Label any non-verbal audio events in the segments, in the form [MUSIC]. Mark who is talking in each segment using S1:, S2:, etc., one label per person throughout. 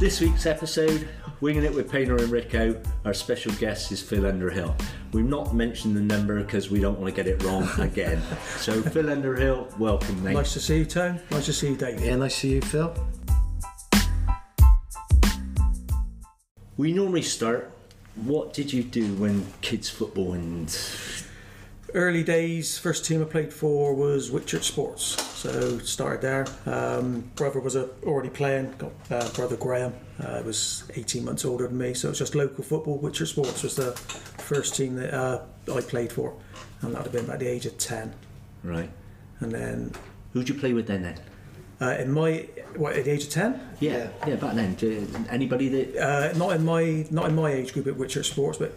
S1: This week's episode, Winging It with Painter and Rico, our special guest is Phil Underhill. We've not mentioned the number because we don't want to get it wrong
S2: [LAUGHS]
S1: again. so, Phil Underhill, welcome, mate.
S3: Nice to see you, Tone. Nice to see you, David.
S2: Yeah, nice to see you, Phil.
S1: We normally start. What did you do when kids football and
S3: Early days, first team I played for was Wichert Sports, so started there. Um, brother was uh, already playing, got uh, brother Graham. Uh, was 18 months older than me, so it was just local football. Wichert Sports was the first team that uh, I played for, and that would have been about the age of 10.
S1: right?
S3: And then
S1: Who'd you play with then? Then,
S3: uh, in my what, at the age of 10,
S1: yeah, yeah, back then. Do- Anybody that
S3: uh, not in my not in my age group at Wichert Sports, but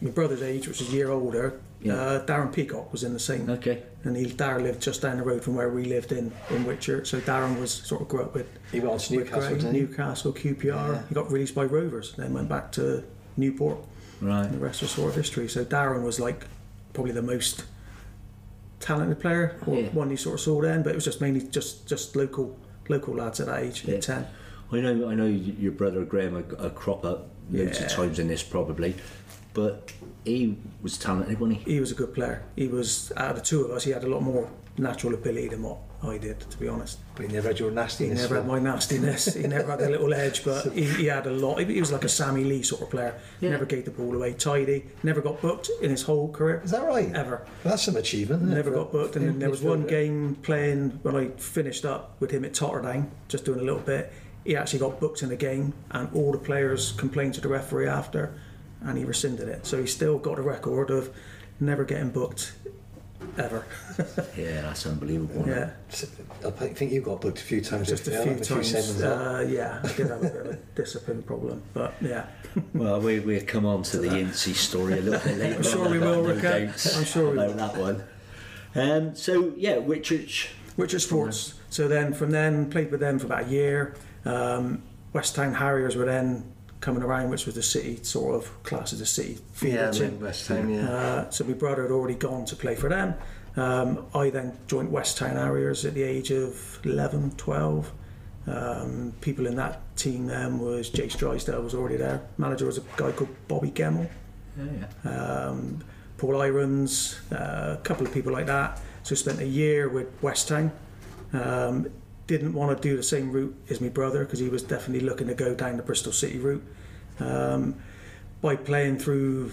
S3: my brother's age, which is a year older.
S1: Yeah.
S3: Uh, Darren Peacock was in the same.
S1: okay?
S3: and he Darren lived just down the road from where we lived in in Whitchurch. So Darren was sort of grew up with
S2: He went on to
S3: with
S2: Newcastle,
S3: Graham,
S2: didn't he?
S3: Newcastle, QPR.
S2: Yeah.
S3: He got released by Rovers, then went back to Newport.
S1: Right.
S3: And the rest was sort of history. So Darren was like probably the most talented player, or
S1: Yeah.
S3: one you sort of saw then. But it was just mainly just just local local lads at that age,
S1: Yeah.
S3: at ten.
S1: I know, I know y- your brother Graham a, a crop up loads
S3: Yeah.
S1: of times in this probably, but he was talented, wasn't he?
S3: He was a good player. He was out of the two of us, he had a lot more natural ability than what I did, to be honest.
S2: But he never had your
S3: He
S2: nastiness.
S3: never had my nastiness. He never had the little edge, but he, he had a lot. He, he was like a Sammy Lee sort of player.
S1: Yeah.
S3: Never gave the ball away. Tidy. Never got booked in his whole career.
S2: Is that right?
S3: Ever.
S2: Well, that's some achievement. Isn't
S3: Never
S2: it?
S3: got booked. And then there was
S2: Midfielder.
S3: one game playing when I finished up with him at Tottenham, just doing a little bit. He actually got booked in a game, and all the players complained to the referee after, and he rescinded it. So he still got a record of never getting booked, ever.
S1: Yeah, that's unbelievable. isn't it?
S3: Yeah.
S2: I think you got booked a few times.
S3: Just
S2: didn't
S3: a
S2: you?
S3: few
S2: Like
S3: times.
S2: sevens up.
S3: Uh, yeah, I did have a bit of
S2: [LAUGHS]
S3: a discipline problem, but yeah.
S1: Well, we we come on to the Incy story a little bit later.
S3: I'm sure
S1: on
S3: we
S1: about
S3: will,
S1: no
S3: Rico.
S1: doubts
S3: I'm sure we
S1: about
S3: will.
S1: that one. Um, so yeah, Whitchurch.
S3: Richard Sports. So then from then played with them for about a year. Um, West Town Harriers were then coming around, which was the city sort of class of the city feeder
S2: yeah, I
S3: team.
S2: mean, West Ham, yeah.
S3: Uh, so my brother had already gone to play for them. Um, I then joined West Town Harriers at the age of 11, 12. Um, people in that team then was Jace Drysdale was already there. Manager was a guy called Bobby Gemmell.
S1: Yeah, yeah.
S3: um, Paul Irons, uh, a couple of people like that. So spent a year with West Ham. Um, didn't want to do the same route as my brother because he was definitely looking to go down the Bristol City route. Um, by playing through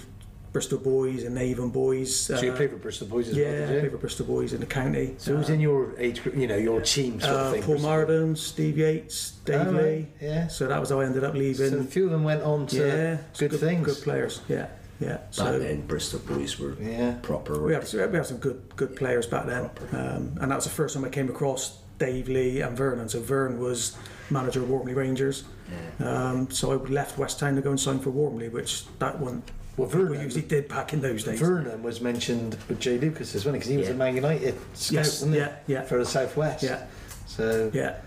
S3: Bristol Boys and Avon Boys,
S2: so you
S3: uh,
S2: played for Bristol Boys as
S3: yeah,
S2: well,
S3: played
S2: did you?
S3: for Bristol Boys in the county.
S2: So who's in your age group? You know, your team sort of
S3: Uh,
S2: thing.
S3: Paul
S2: Bristol?
S3: Maradon, Steve Yates, Dave
S2: Oh, right,
S3: Lee.
S2: yeah.
S3: So that was how I ended up
S2: So a
S3: leaving.
S2: few of them went on to
S3: yeah,
S2: good, things. eh?
S3: good players. Yeah, yeah.
S1: Back then, Bristol boys were
S2: Yeah.
S1: proper.
S3: We had, we had some good good players back then, um, and that was the first time I came across Dave Lee and Vernon. So Vern was manager of Warmley Rangers. Um, so I left West Town to go and sign for Warmley, which that one
S2: Well,
S3: we
S2: Vernon,
S3: usually did back in those days.
S2: Vernon was mentioned with Jay Lucas as well because he was
S1: Yeah.
S2: a Man United scout,
S3: Yes,
S2: wasn't he?
S3: yeah, yeah.
S2: For the Southwest.
S3: Yeah.
S2: So
S3: Yeah.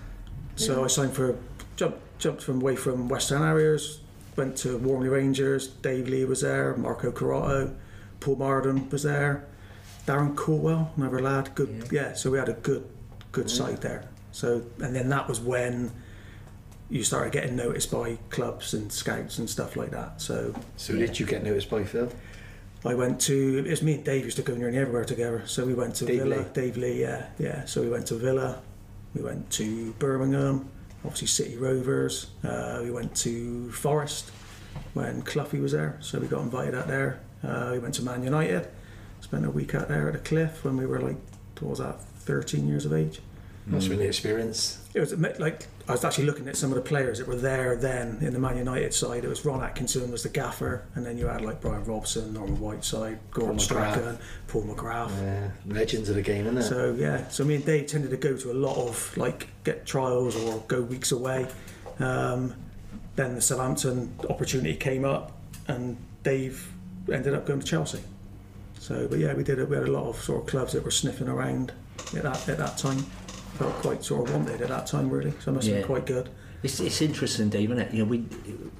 S3: So I signed for jumped jumped from away from West Ham Harriers, went to Warmley Rangers. Dave Lee was there, Marco Corotto, Paul Marden was there, Darren Corwell, another lad. Good, yeah. so we had a good good side there. So and then that was when you started getting noticed by clubs and scouts and stuff like that. So
S2: so did you get noticed by Phil?
S3: I went to it was me and Dave used to go nearly everywhere together. So we went to
S2: Dave
S3: Villa.
S2: Lee.
S3: Dave Lee, yeah, yeah. So we went to Villa. We went to Birmingham. Obviously City Rovers. Uh, we went to Forest when Cluffy was there. So we got invited out there. Uh, we went to Man United. Spent a week out there at a cliff when we were like, what was that, 13 years of age.
S2: That's really experience.
S3: It was a bit like I was actually looking at some of the players that were there then in the Man United side. It was Ron Atkinson was the gaffer, and then you had like Brian Robson, Norman Whiteside, Gordon
S2: Paul McGrath.
S3: Strachan, Paul McGrath.
S2: Yeah, uh, legends of the game, isn't it?
S3: So yeah, so me and Dave tended to go to a lot of like get trials or go weeks away. Um, then the Southampton opportunity came up, and Dave ended up going to Chelsea. So, but yeah, we did. A, we had a lot of sort of clubs that were sniffing around at that at that time. Felt quite sort of wanted at that time, really. So I must have
S1: Yeah.
S3: been quite good.
S1: It's, it's interesting, Dave, isn't it? You know, we,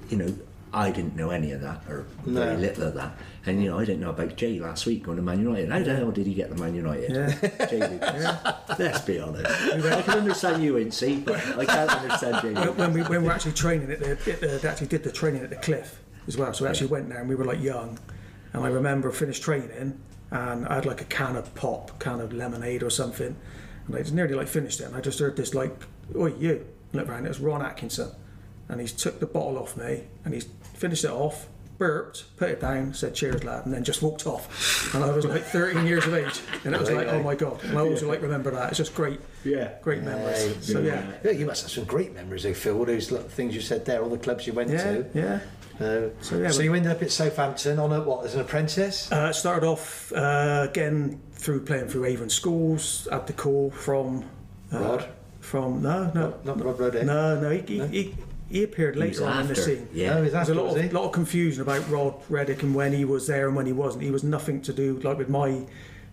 S1: you know, I didn't know any of that or
S2: No.
S1: very little of that. And you know, I didn't know about Jay last week going to Man United. How the hell did he get to Man United?
S3: Yeah.
S1: Jay did. Let's be honest. I can understand you, Incy, but I can't understand Jay.
S3: When- when we when we were actually training at the, at the they actually did the training at the cliff as well. So we actually went there and we were like young, and I remember finished training and I had like a can of pop, can of lemonade or something, and I was nearly like finished it. And I just heard this like, "Oi, you!" Look round. It was Ron Atkinson, and he's took the bottle off me and he's finished it off. Burped, put it down, said cheers, lad, and then just walked off. And I was like 13 years of age, and it was like, oh my god. And I always like remember that. It's just great,
S1: Yeah.
S3: great memories.
S2: Right.
S3: So yeah,
S2: Yeah, you must have some great memories, though, Phil. All those little things you said there, all the clubs you went
S3: yeah,
S2: to.
S3: yeah.
S2: Uh,
S3: So,
S2: so
S3: yeah, but-
S2: you ended up at Southampton on a what as an apprentice?
S3: Uh, started off uh, again through playing through Avon Schools. Had the call from uh,
S2: Rod?
S3: From no, no,
S2: Not Rob Rodé.
S3: no, eh? no. He, he, he, he appeared
S1: It was
S3: later on in the
S1: after.
S3: scene.
S1: Yeah.
S2: Oh, is that
S3: There's a lot
S2: was he?
S3: of, lot of confusion about Rod Reddick and when he was there and when he wasn't. He was nothing to do like with my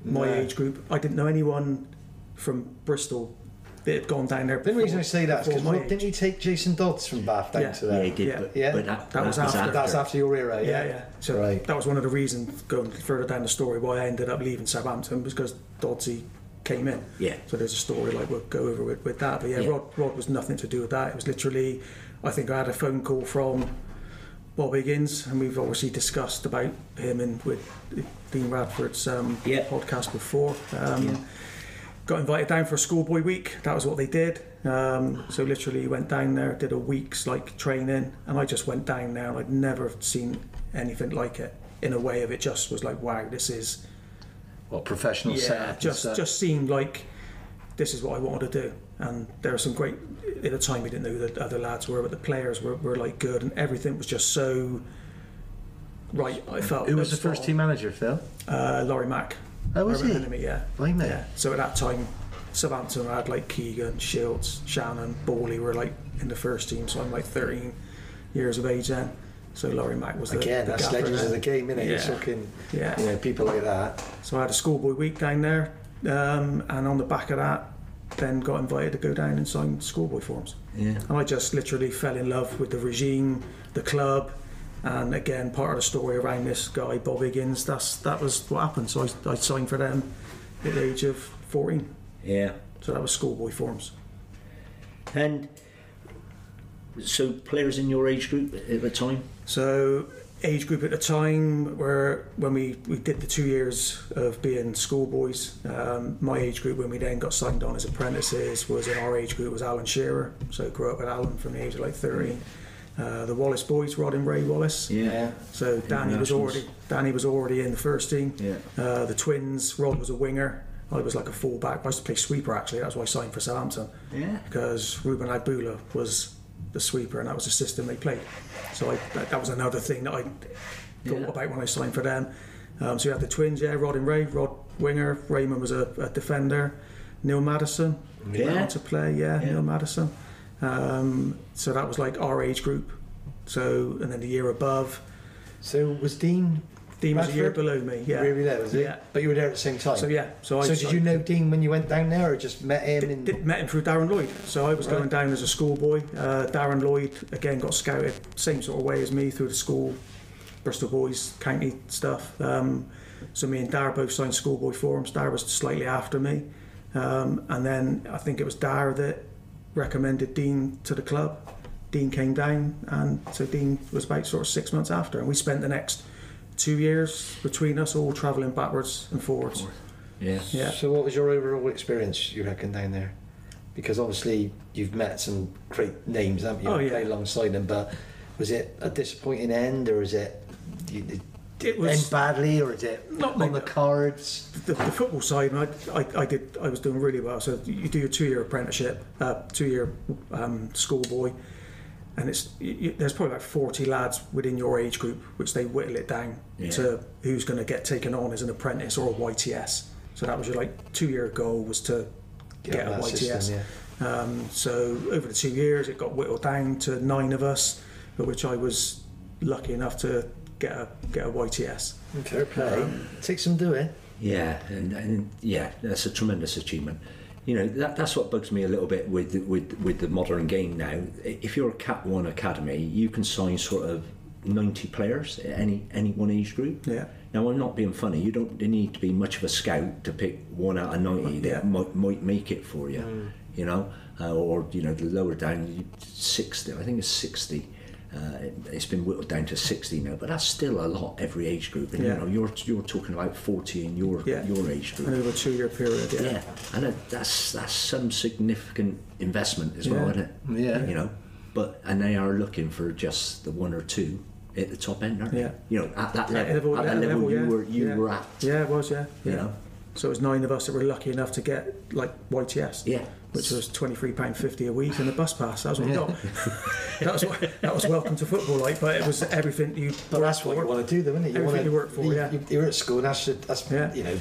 S3: my
S2: No.
S3: age group. I didn't know anyone from Bristol that had gone down there.
S2: The only reason I
S3: before-
S2: say that is because
S3: before my
S2: Rob, didn't
S3: age.
S2: you take Jason Dodds from Bath down
S3: Yeah.
S2: to
S1: Yeah,
S2: there?
S1: he did,
S3: Yeah.
S1: but,
S2: Yeah.
S1: but that,
S3: That was
S1: that
S3: after.
S2: That's after your era, yeah.
S3: Yeah, yeah. So
S2: Right.
S3: that was one of the reasons going further down the story why I ended up leaving Southampton was because Dodsey came in.
S1: Yeah.
S3: So there's a story like we'll go over with, with that. But yeah,
S1: Yeah.
S3: Rod Rod was nothing to do with that. It was literally I think I had a phone call from Bob Higgins and we've obviously discussed about him and with Dean Radford's um,
S1: Yeah.
S3: podcast before. Um, Got invited down for a schoolboy week. That was what they did. Um, so literally went down there, did a week's like training, and I just went down there. and I'd never seen anything like it. In a way of it, just was like, wow, this is
S2: Well, professional setup. and
S3: just
S2: stuff.
S3: just seemed like this is what I wanted to do. And there are some great. At the time, we didn't know who the other lads were, but the players were, were like good, and everything was just so right. I felt
S2: Who was the
S3: Spot
S2: first
S3: on.
S2: team manager, Phil?
S3: Uh, Laurie Mack.
S2: Oh, was
S3: Urban
S2: he?
S3: Enemy, yeah.
S2: Blimey.
S3: Yeah. So at that time, Southampton had like Keegan, Shields, Shannon, Bawley were like in the first team. So I'm like 13 years of age then. So Laurie Mack was the,
S2: Again,
S3: the
S2: that's
S3: gaffer
S2: legends of
S3: then.
S2: the game, innit? It's
S3: Yeah.
S2: fucking,
S3: Yeah.
S2: you know, people like that.
S3: So I had a schoolboy week down there, um, and on the back of that, then got invited to go down and sign schoolboy forms.
S1: Yeah.
S3: And I just literally fell in love with the regime, the club, and again, part of the story around this guy, Bob Higgins, that's, that was what happened. So I, I signed for them at the age of 14.
S1: yeah.
S3: So that was schoolboy forms.
S1: And so players in your age group at the time?
S3: So age group at the time were when we, we did the two years of being schoolboys. Um, my age group when we then got signed on as apprentices was in our age group was Alan Shearer. So grew up with Alan from the age of like 13. Uh, the Wallace boys, Rod and Ray Wallace.
S2: Yeah.
S3: So Danny was already Danny was already in the first team.
S1: Yeah.
S3: Uh, the twins, Rod was a winger. I was like a fullback. I used to play sweeper actually. That's why I signed for Southampton.
S1: Yeah.
S3: Because Ruben Abula was the sweeper, and that was the system they played. So I, that, that was another thing that I thought
S1: Yeah.
S3: about when I signed for them. Um, so you had the twins, yeah, Rod and Ray. Rod winger, Raymond was a, a defender. Neil Madison
S1: Yeah.
S3: went on to play, yeah,
S1: Yeah.
S3: Neil Madison. Um, so that was like our age group. So and then the year above,
S2: So was Dean
S3: Dean was a year
S2: Bradford?
S3: below me. Yeah.
S2: really there, was he?
S3: Yeah.
S2: But you were there at the same time.
S3: So yeah. So, I,
S2: So did you know Dean when you went down there, or just met him?
S3: Did,
S2: in
S3: did- met him through Darren Lloyd. So I was going down as a schoolboy. Uh, Darren Lloyd again got scouted same sort of way as me through the school, Bristol boys county stuff. Um, so me and Dar both signed schoolboy forms. Dar was slightly after me, um, and then I think it was Dar that recommended Dean to the club. Dean came down, and so Dean was about sort of six months after, and we spent the next two years between us all travelling backwards and forwards.
S1: Yeah.
S3: Yeah.
S2: So what was your overall experience, you reckon, down there? Because obviously you've met some great names, haven't you?
S3: Oh,
S2: and
S3: yeah.
S2: Played alongside them, but was it a disappointing end, or is it? You, did
S3: It
S2: it
S3: was-
S2: end badly, or is it
S3: Not
S2: on
S3: like-
S2: the cards?
S3: the, the football side, and I, I, I did, I was doing really well. So you do your two-year apprenticeship, uh, two-year um, schoolboy, and it's you, you- there's probably about 40 lads within your age group, which they whittle it down
S1: Yeah.
S3: to who's going to get taken on as an apprentice or a YTS. So that was your like two-year goal was to get,
S2: on
S3: a
S2: that
S3: YTS.
S2: system, yeah.
S3: Um, so over the two years, it got whittled down to nine of us, of which I was lucky enough to get a get a YTS.
S2: Fair play. Um, Take some doing.
S1: Yeah, and, and yeah, that's a tremendous achievement. You know, that, that's what bugs me a little bit with, with with the modern game now. If you're a Cat One Academy, you can sign sort of 90 players, any any one age group.
S3: Yeah.
S1: Now I'm not being funny. You don't need to be much of a scout to pick one out of 90 that
S3: Yeah.
S1: might, might make it for you.
S3: Mm.
S1: You know, uh, or you know the lower down you- 60. I think it's 60. Uh, it, it's been whittled down to 60 now, but that's still a lot every age group. And you
S3: Yeah.
S1: know, you're you're talking about 40 in your
S3: Yeah.
S1: your age
S3: And
S1: group.
S3: over a two-year period, yeah.
S1: Yeah, and that, that's that's some significant investment as well,
S3: Yeah.
S1: isn't it?
S2: Yeah.
S1: you know. But and they are looking for just the one or two at the top end, aren't they?
S3: Yeah.
S1: You know, at that
S3: Yeah,
S1: level, at
S3: yeah,
S1: that level, you
S3: yeah,
S1: were you
S3: yeah.
S1: were at.
S3: Yeah, it was, yeah.
S1: You
S3: yeah.
S1: know?
S3: So it was nine of us that were lucky enough to get like YTS.
S1: Yeah.
S3: Which was twenty three pound fifty a week and a bus pass. That was what we got. [LAUGHS] that was what, that was welcome to football, like. But it was everything you.
S2: But that's what you want to do, though, isn't it? You
S3: Everything
S2: want to
S3: you work for, yeah.
S2: You, you're at school, and that's just, that's
S3: Yeah.
S2: you know,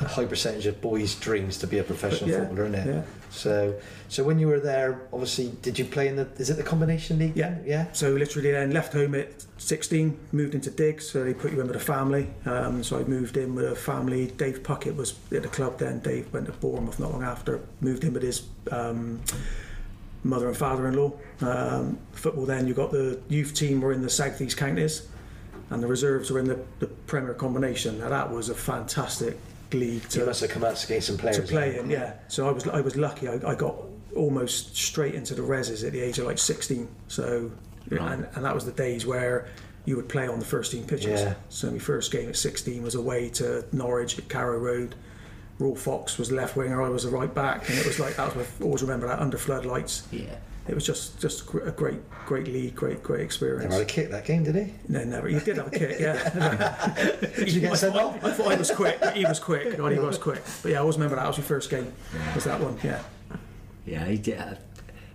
S2: a high percentage of boys' dreams to be a professional
S3: Yeah,
S2: footballer, isn't it?
S3: yeah.
S2: So, so when you were there, obviously, did you play in the? Is it the combination league?
S3: Yeah.
S2: yeah.
S3: So literally then left home at 16, moved into Diggs, so they put you in with a family. Um, so I moved in with a family. Dave Puckett was at the club then. Dave went to Bournemouth not long after. Moved in with his um, mother and father-in-law. Um, football then, you got the youth team were in the South East Counties and the reserves were in the, the Premier Combination. Now that was a fantastic league
S2: You
S3: to,
S2: must have come out to get some players.
S3: to play in, yeah. So I was I was lucky. I, I got almost straight into the reses at the age of like 16. So
S1: Right.
S3: and, and that was the days where you would play on the first team pitches.
S2: Yeah.
S3: So my first game at 16 was away to Norwich at Carrow Road. Raw Fox was left winger, I was a right back, and it was like that was my, always remember that under floodlights.
S1: Yeah.
S3: It was just just gr- a great great league, great great
S2: Never
S3: experience.
S2: had a kick that game, did he?
S3: No, never. He did have a kick, yeah. [LAUGHS]
S2: Did you
S3: I,
S2: get sent
S3: thought,
S2: off?
S3: I thought I was quick, but he was quick. God, he was quick. But yeah, I always remember that. That was your first game. Was that one? Yeah.
S1: Yeah, I did. I-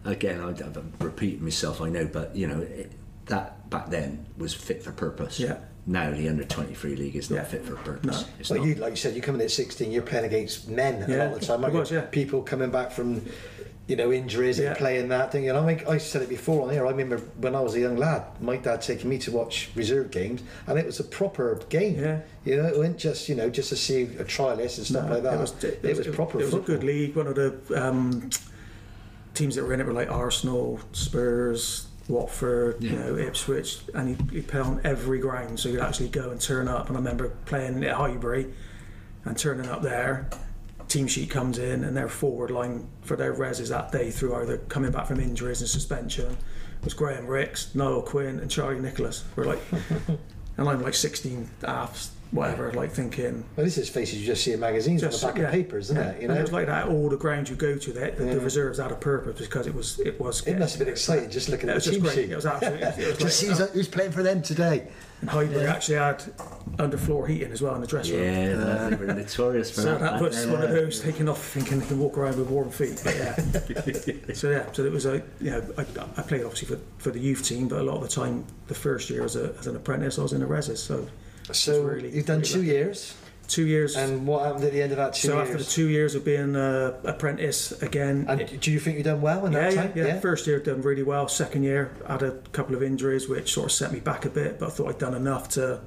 S1: Again, I, I'm repeating myself, I know, but you know it, that back then was fit for purpose.
S3: Yeah.
S1: Now the under 23 league is not
S3: Yeah.
S1: fit for purpose.
S3: No.
S1: It's
S2: Well,
S1: not.
S2: you like you said, you come in at 16, you're playing against men a
S3: Yeah,
S2: lot of the time. aren't
S3: I was,
S2: you?
S3: yeah.
S2: People coming back from, you know, injuries
S3: Yeah.
S2: and playing that thing. And I make, I said it before on here. I remember when I was a young lad, my dad taking me to watch reserve games, and it was a proper game.
S3: Yeah.
S2: You know, it wasn't just you know just to see a trialist and stuff like that.
S3: It was, it, was- It
S2: proper.
S3: was a
S2: football.
S3: good league. One of the um, teams that were in it were like Arsenal, Spurs, Watford, you know, Ipswich, and you, you play on every ground, so you'd actually go and turn up. And I remember playing at Highbury and turning up there. Team sheet comes in, and their forward line for their reses that day through either coming back from injuries and suspension was Graham Ricks, Noel Quinn, and Charlie Nicholas. We're
S2: [LAUGHS]
S3: like, and I'm like 16 halves, whatever, like thinking,
S2: Well, this is faces you just see in magazines
S3: just-
S2: on the back
S3: yeah,
S2: of papers, isn't
S3: yeah.
S2: it? You
S3: and
S2: know,
S3: it
S2: it,
S3: was like that. All the ground you go to, that the, the reserves had a purpose because it was it was.
S2: must have been exciting just looking
S3: It
S2: at
S3: was
S2: the
S3: just
S2: team
S3: great.
S2: sheet.
S3: It was absolutely.
S2: [LAUGHS]
S3: It was
S2: just
S3: like,
S2: sees like who's playing for them today.
S3: and Highbury actually had underfloor heating as well in the [LAUGHS] dressing room.
S1: yeah, that- they were notorious for
S3: Uh, So
S1: that.
S3: that
S1: back
S3: puts
S1: then.
S3: one of those taking off thinking they can walk around with warm feet.
S1: [LAUGHS]
S3: But yeah. so yeah, so it was a you know I, I played obviously for, for the youth team, but a lot of the time the first year as, a, as an apprentice I was in the reses. So
S2: So
S3: really-
S2: you've done
S3: really
S2: two years,
S3: two years.
S2: and what happened at the end of that two
S3: so
S2: years?
S3: after the two years of being uh, apprentice again,
S2: and do you think you've done well in
S3: Yeah,
S2: that
S3: yeah,
S2: time?
S3: yeah, First year done really well. Second year had a couple of injuries which sort of set me back a bit, but I thought I'd done enough to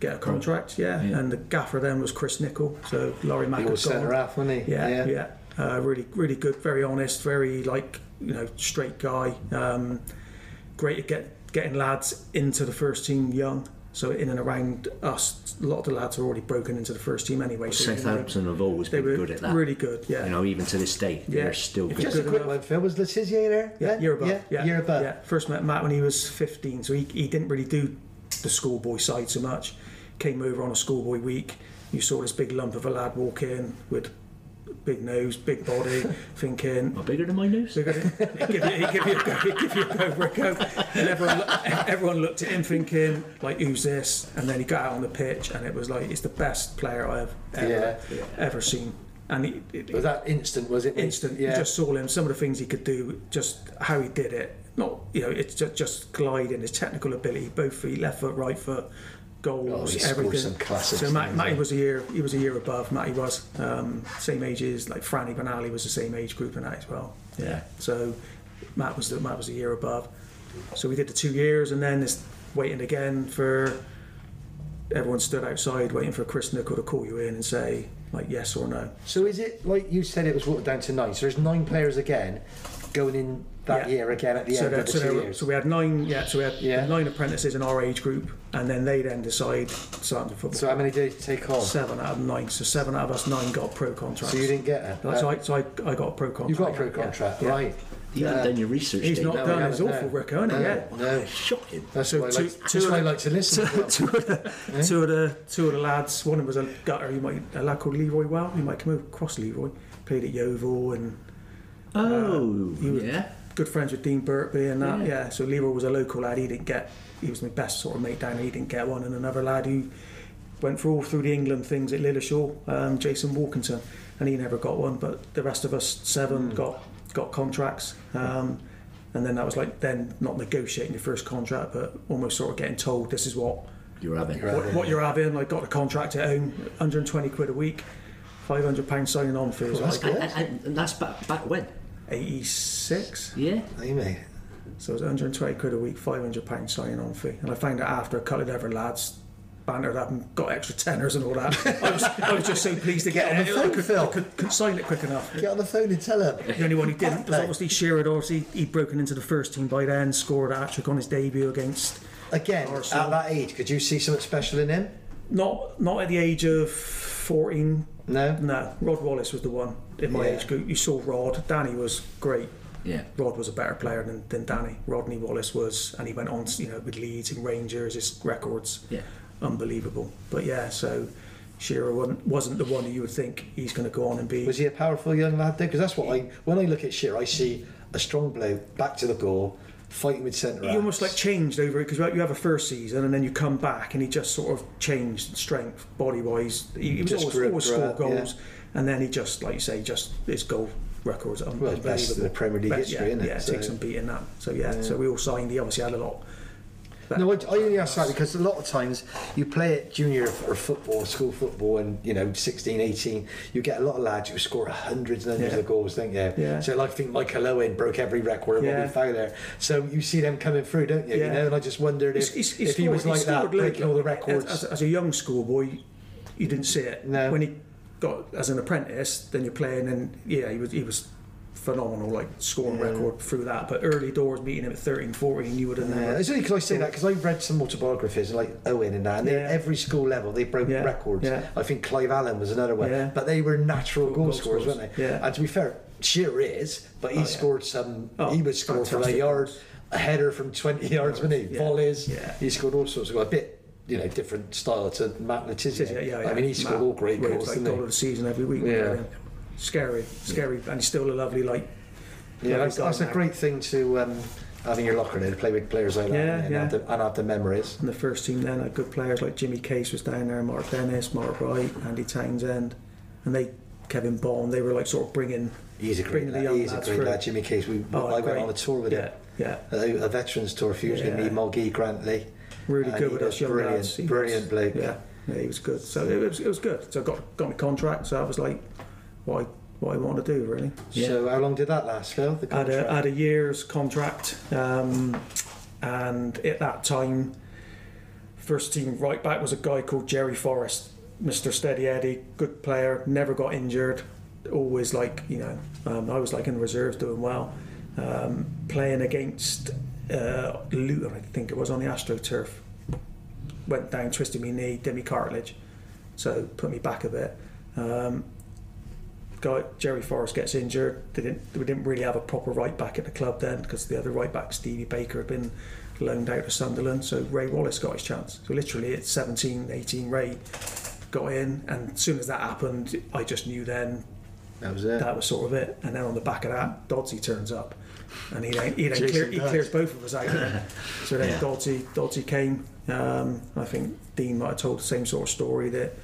S3: get a contract. Yeah,
S1: Yeah.
S3: and the gaffer then was Chris Nickel, so Laurie Mack
S2: He
S3: had
S2: was centre
S3: gone.
S2: half, wasn't he?
S3: Yeah, yeah, Uh, really, really good. Very honest. Very like you know straight guy. Um, great at get getting lads into the first team young. So in and around us, a lot of the lads are already broken into the first team anyway. So you know,
S1: Southampton have always
S3: they
S1: been
S3: were
S1: good at that.
S3: really good. Yeah,
S1: You know, even to this day,
S3: Yeah.
S1: they're still
S3: If
S1: good.
S3: you
S2: Just a
S3: Good
S2: quick
S3: enough.
S2: one, Phil. Was Letizier there?
S3: Yeah, year above.
S2: Yeah,
S3: Yeah,
S2: year above.
S3: Yeah, first met Matt when he was 15, so he, he didn't really do the schoolboy side so much. Came over on a schoolboy week. You saw this big lump of a lad walk in with big nose, big
S2: [LAUGHS]
S3: body, thinking.
S1: Am I bigger than my nose?
S3: So he give you, he give you a go, he give you a go, Rico. And everyone, lo- everyone looked at him thinking, like, who's this? And then he got out on the pitch, and it was like, it's the best player I've ever,
S2: Yeah.
S3: ever seen. And he, it,
S2: Was that instant? Was it
S3: instant.
S2: Yeah.
S3: You just saw him. Some of the things he could do, just how he did it. Not you know, it's just, just gliding, his technical ability, both feet, left foot, right foot,
S2: Oh,
S3: goals,
S2: he scored
S3: everything.
S2: some classic
S3: so Matt,
S2: things,
S3: Matty
S2: eh?
S3: was a year. He was a year above. Matty was um, same age as like Franny Benali was the same age group and that as well.
S1: Yeah.
S3: So Matt was the, Matt was a year above. So we did the two years, and then it's waiting again for. Everyone stood outside waiting for Chris Nickel to call you in and say like yes or no.
S2: so is it like you said? It was watered down to nine. So there's nine players again. going in that
S3: Yeah.
S2: year again at the
S3: so,
S2: end
S3: that,
S2: of the
S3: so,
S2: two
S3: there were,
S2: years.
S3: so we had nine. Yeah, so we had
S2: Yeah.
S3: nine apprentices in our age group, and then they then decide starting to football.
S2: So how many did you take on?
S3: seven out of nine. So seven out of us nine got pro contracts.
S2: So you didn't get it.
S3: That's right. So I, I got a pro contract.
S2: you got a pro
S3: yeah.
S2: contract,
S3: Yeah.
S2: right? Um,
S1: You haven't done your research.
S3: He's
S1: Dave.
S3: not Uh,
S2: we
S3: done. It's
S2: haven't,
S3: awful,
S2: no.
S3: Rick, isn't it? Yeah. [LAUGHS]
S2: No, no.
S1: Shocking.
S2: That's
S3: So
S2: why I
S3: two-
S2: like,
S3: two
S2: that's why I
S3: of
S2: like to
S3: two,
S2: listen. to
S3: [LAUGHS] two, of the,
S2: Eh?
S3: two of the two of the lads. One of them was a gutter. He might a lad called Leroy. Well, he might come across Leroy. Played at Yeovil and
S1: Oh,
S3: he was-
S1: yeah.
S3: good friends with Dean Burtby and that.
S1: Yeah.
S3: Yeah. So Leroy was a local lad. He didn't get. He was my best sort of mate down. there, He didn't get one. And another lad who went through all through the England things at Lillishaw, um, Jason Walkington, and he never got one. But the rest of us seven
S1: Hmm.
S3: got got contracts. Um, and then that was like then not negotiating your first contract, but almost sort of getting told this is what
S1: You're having.
S2: You're
S3: what, what you're having. Like got a contract at home, 120 quid a week, 500 pound signing on fees.
S2: that's
S3: like
S1: And, and, and that's back, back when?
S3: 86.
S1: Yeah.
S2: Amy.
S3: So it was 120 quid a week, 500 pound signing on fee. And I found out after a couple of other lads bantered up and got extra tenors and all that. [LAUGHS] I was, I was just so pleased to get,
S2: Get on
S3: it.
S2: the phone,
S3: I could,
S2: Phil.
S3: I could, could sign it quick enough.
S2: Get on the phone and tell him.
S3: The only one who didn't was
S2: Play.
S3: obviously Shearer Dorsey. He'd broken into the first team by then, scored a hat trick on his debut against.
S2: Again,
S3: Arsenal.
S2: at that age, could you see something special in him?
S3: Not not at the age of 14.
S2: No.
S3: No, Rod Wallace was the one in my
S2: Yeah.
S3: age group. You saw Rod. Danny was great.
S1: Yeah.
S3: Rod was a better player than, than Danny. Rodney Wallace was, and he went on, you know, with Leeds and Rangers, his records,
S1: Yeah.
S3: unbelievable. But yeah, so Shearer wasn't, wasn't the one who you would think he's going to go on and be.
S2: Was he a powerful young lad then? Because that's what I, when I look at Shearer, I see a strong bloke back to the goal, fighting with centre
S3: He almost like changed over it because you have a first season and then you come back and he just sort of changed strength, body wise. He, he was
S2: Just
S3: always,
S2: grew-
S3: always
S2: grew
S3: scored
S2: up, yeah.
S3: goals, and then he just, like you say, just his goal records are
S2: Well,
S3: unbelievable.
S2: it's best in the Premier League
S3: But,
S2: history,
S3: yeah,
S2: isn't it?
S3: Yeah,
S2: So-
S3: take some beating that. So yeah, so we all signed. He obviously had a lot.
S2: No, I, I only ask that because a lot of times you play at junior or football, school football, and you know, 16, 18, you get a lot of lads who score hundreds and hundreds
S3: Yeah.
S2: of goals, don't you?
S3: Yeah.
S2: So, like, I think Michael Owen broke every record, yeah.
S3: Yeah.
S2: Robbie Fowler. So, you see them coming through, don't you? You
S3: Yeah.
S2: know, and I just wondered if,
S3: He's- he's- he's
S2: if he was
S3: scored-
S2: like
S3: he's
S2: that,
S3: scored late.
S2: breaking all the records.
S3: As, as- as a young schoolboy, you didn't see it.
S2: No.
S3: When he got as an apprentice, then you're playing, and yeah, he was he was phenomenal, like scoring record through that. But early doors, meeting him at 13, 14, you would have
S2: Yeah,
S3: never.
S2: Uh, it's only because I say that because I read some autobiographies like Owen and that, and they,
S3: Yeah.
S2: every school level they broke
S3: Yeah,
S2: records.
S3: yeah.
S2: I think Clive Allen was another one,
S3: Yeah.
S2: but they were natural goal,
S3: goal
S2: scorers,
S3: scorers,
S2: weren't they?
S3: yeah.
S2: And to be fair, Shearer is, but he
S3: yeah.
S2: scored some.
S3: Oh,
S2: he would score from a
S3: fantastic
S2: yard,
S3: goals.
S2: a header from twenty yards, wouldn't he?
S3: Yeah.
S2: Volleys.
S3: Yeah.
S2: He scored all sorts of goals. A bit, you know, different style to Matt Letizia.
S3: Yeah, yeah, yeah.
S2: I mean, he scored
S3: Matt
S2: all great
S3: Rhodes,
S2: goals,
S3: like
S2: didn't
S3: goal
S2: he?
S3: of the season every week.
S2: Yeah.
S3: Yeah. Scary, scary, and he's still a lovely like.
S2: Yeah,
S3: lovely
S2: that's,
S3: guy
S2: that's a
S3: now.
S2: great thing to um, have in your locker there to play with players like that
S3: Yeah,
S2: and,
S3: yeah.
S2: Have the, and have the memories.
S3: And the first team then had good players like Jimmy Case was down there, Mark Dennis, Mark Wright, Andy Townsend, and they Kevin Bond. They were like sort of bringing
S2: He's a great
S3: bringing the
S2: lad.
S3: young
S2: He's a
S3: lads
S2: great
S3: through.
S2: lad. Jimmy Case. We,
S3: Oh,
S2: I
S3: great.
S2: went on a tour with
S3: yeah,
S2: him.
S3: yeah.
S2: A, a veterans tour a few years ago.
S3: Yeah.
S2: Me, Moggy, Grantley.
S3: really
S2: And
S3: good
S2: he
S3: with
S2: was
S3: us young
S2: brilliant,
S3: lads. He
S2: brilliant
S3: was,
S2: bloke.
S3: Yeah, yeah, he was good. So it was, it was good. So I got got my contract. So I was like, what I, what I want to do really.
S1: Yeah.
S2: So how long did that last, Phil? The
S3: Had
S2: contract.
S3: a had a year's contract, um, and at that time, first team right back was a guy called Jerry Forrest, Mister Steady Eddie, good player, never got injured, always like you know, um, I was like in the reserves doing well, um, playing against uh, Luton, I think it was on the AstroTurf, went down, twisted me knee, did me cartilage, so put me back a bit. Um, guy Jerry Forrest gets injured. They didn't we didn't really have a proper right back at the club then because the other right back Stevie Baker had been loaned out to Sunderland. So Ray Wallace got his chance. So literally at 17, 18, Ray got in, and as soon as that happened, I just knew then
S2: that was it.
S3: that was sort of it. And then on the back of that, Dodsey turns up, and he then, he, then
S2: Jason
S3: clear, he
S2: Dodds.
S3: clears both of us out. Then. so then
S1: Yeah.
S3: Dodsey Dodsey came. Um, I think Dean might have told the same sort of story that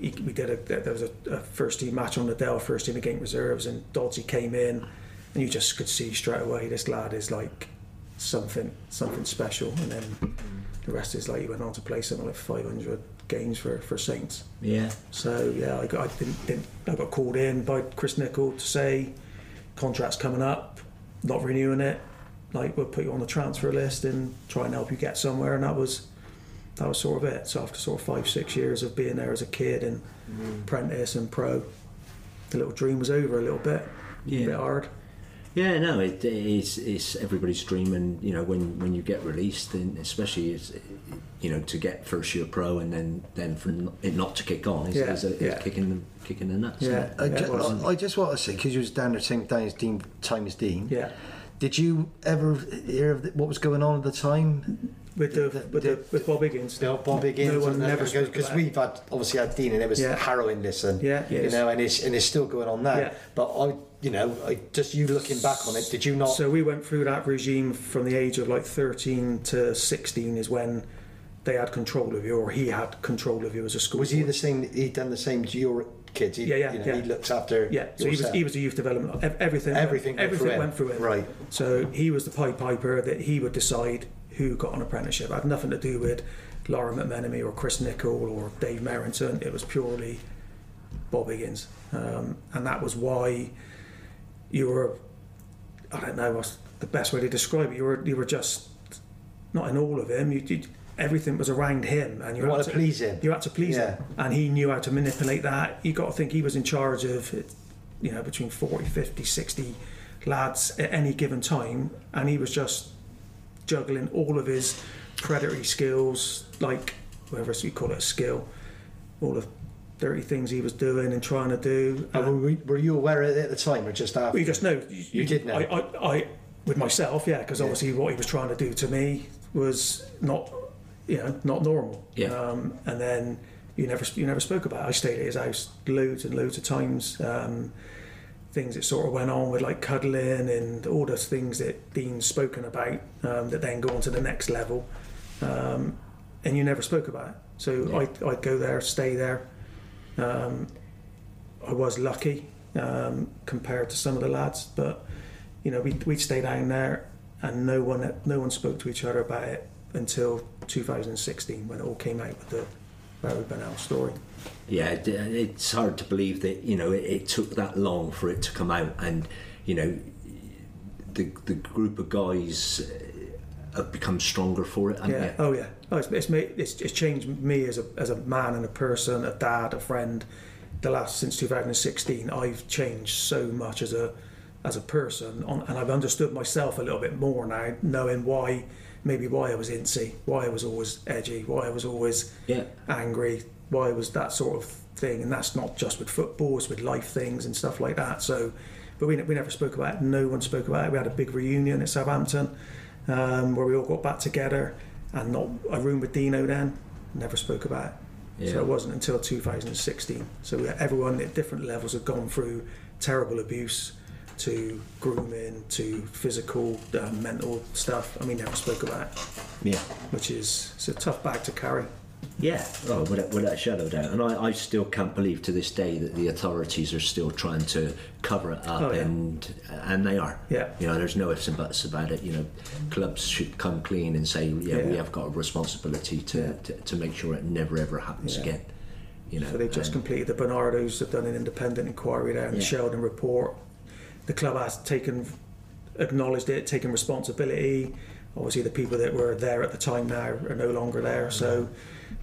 S3: he, we did a that there was a, a first team match on the Dell first team against reserves, and Dodsey came in, and you just could see straight away this lad is like something something special, and then. The rest is like he went on to play something like 500 games for, for Saints.
S1: Yeah.
S3: So yeah, I got I didn't, didn't I got called in by Chris Nichol to say contract's coming up, not renewing it. Like we'll put you on the transfer list and try and help you get somewhere. And that was that was sort of it. So after sort of five six years of being there as a kid and Mm. apprentice and pro, the little dream was over a little bit.
S1: Yeah.
S3: A bit hard.
S1: Yeah, no, it, it's it's everybody's dream, and you know when, when you get released, and especially it's you know to get first year pro, and then then for n- it not to kick on is,
S3: Yeah,
S1: is, a, is
S3: yeah.
S1: kicking the kicking the nuts. isn't
S3: Yeah,
S1: it?
S2: I,
S3: yeah,
S2: ju-
S3: it was.
S2: I, I just want to say because you was down there same time as Dean, time as Dean.
S3: yeah.
S2: Did you ever hear of th- what was going on at the time?
S3: With the, with the with Bob Higgins.
S2: No, Bob Higgins.
S3: No one never spoke
S2: because
S3: about
S2: we've had obviously had Dean and it was
S3: Yeah.
S2: harrowing. This and
S3: Yeah, yeah,
S2: you
S3: it's-
S2: know, and it's and it's still going on now.
S3: Yeah.
S2: But I, you know, I just you looking back on it, did you not?
S3: So we went through that regime from the age of like 13 to 16 is when they had control of you, or he had control of you as a school.
S2: was he
S3: board.
S2: the same? He'd done the same to your kids. He,
S3: Yeah, yeah,
S2: you know,
S3: yeah.
S2: He looked after.
S3: Yeah, so he was,
S2: yourself.
S3: he was a youth development. ev- Everything,
S2: Everything went
S3: everything
S2: through him.
S3: went through him.
S2: Right.
S3: So he was the Pied Piper that he would decide who got an apprenticeship. It had nothing to do with Laura McMenemy or Chris Nicol or Dave Merrington. It was purely Bob Higgins, um, and that was why you were. I don't know what's the best way to describe it. You were you were just not in all of him. You, you everything was around him, and you,
S2: You
S3: had
S2: wanna please him.
S3: You had to please him, and he knew how to manipulate that. You got to think he was in charge of, you know, between 40, 50, 60 lads at any given time, and he was just juggling all of his predatory skills, like whatever you call it, a skill, all the dirty things he was doing and trying to do.
S2: And
S3: And
S2: were, we- were you aware of it at the time, or just after?
S3: Uh, you just know.
S2: You did know.
S3: I, I, I with myself, yeah, because obviously what he was trying to do to me was not, you know, not normal.
S1: Yeah.
S3: Um, and then you never you never spoke about. It. I stayed at his house loads and loads of times. Um, things that sort of went on with like cuddling and all those things that Dean's spoken about um, that then go on to the next level. Um, and you never spoke about it. So I'd, I'd go there, stay there. Um, I was lucky um, compared to some of the lads, but you know, we we'd stay down there, and no one no one spoke to each other about it until 2016 when it all came out with the Barry Bennell story.
S1: yeah, it- it's hard to believe that you know it, it took that long for it to come out, and you know the the group of guys uh, have become stronger for it. haven't
S3: Yeah.
S1: they?
S3: Oh yeah. Oh, it's it's, made, it's it's changed me as a as a man and a person, a dad, a friend. The last since 2016, I've changed so much as a as a person, on, and I've understood myself a little bit more now, knowing why maybe why I was insy, why I was always edgy, why I was always
S1: Yeah.
S3: angry, why I was that sort of thing, and that's not just with football, it's with life things and stuff like that. So, but we, we never spoke about it. No one spoke about it. We had a big reunion at Southampton um, where we all got back together and not a room with Dino then. Never spoke about it.
S1: Yeah.
S3: So it wasn't until 2016. So we, everyone at different levels had gone through terrible abuse to grooming to physical, uh, mental stuff, and we never spoke about it,
S1: yeah.
S3: which is it's a tough bag to carry.
S1: Yeah, oh, without, without a shadow of a doubt. And I, I still can't believe to this day that the authorities are still trying to cover it up,
S3: Oh, yeah.
S1: and and they are.
S3: Yeah.
S1: You know, there's no ifs and buts about it. You know, clubs should come clean and say, yeah, we
S3: Yeah.
S1: have got a responsibility to, to, to make sure it never ever happens
S3: Yeah.
S1: again. You know, um,
S3: So they've just
S1: and-
S3: completed the Bernardos. They've done an independent inquiry there, and the
S1: Yeah.
S3: Sheldon report. The club has taken, acknowledged it, taken responsibility. Obviously, the people that were there at the time now are no longer there. So,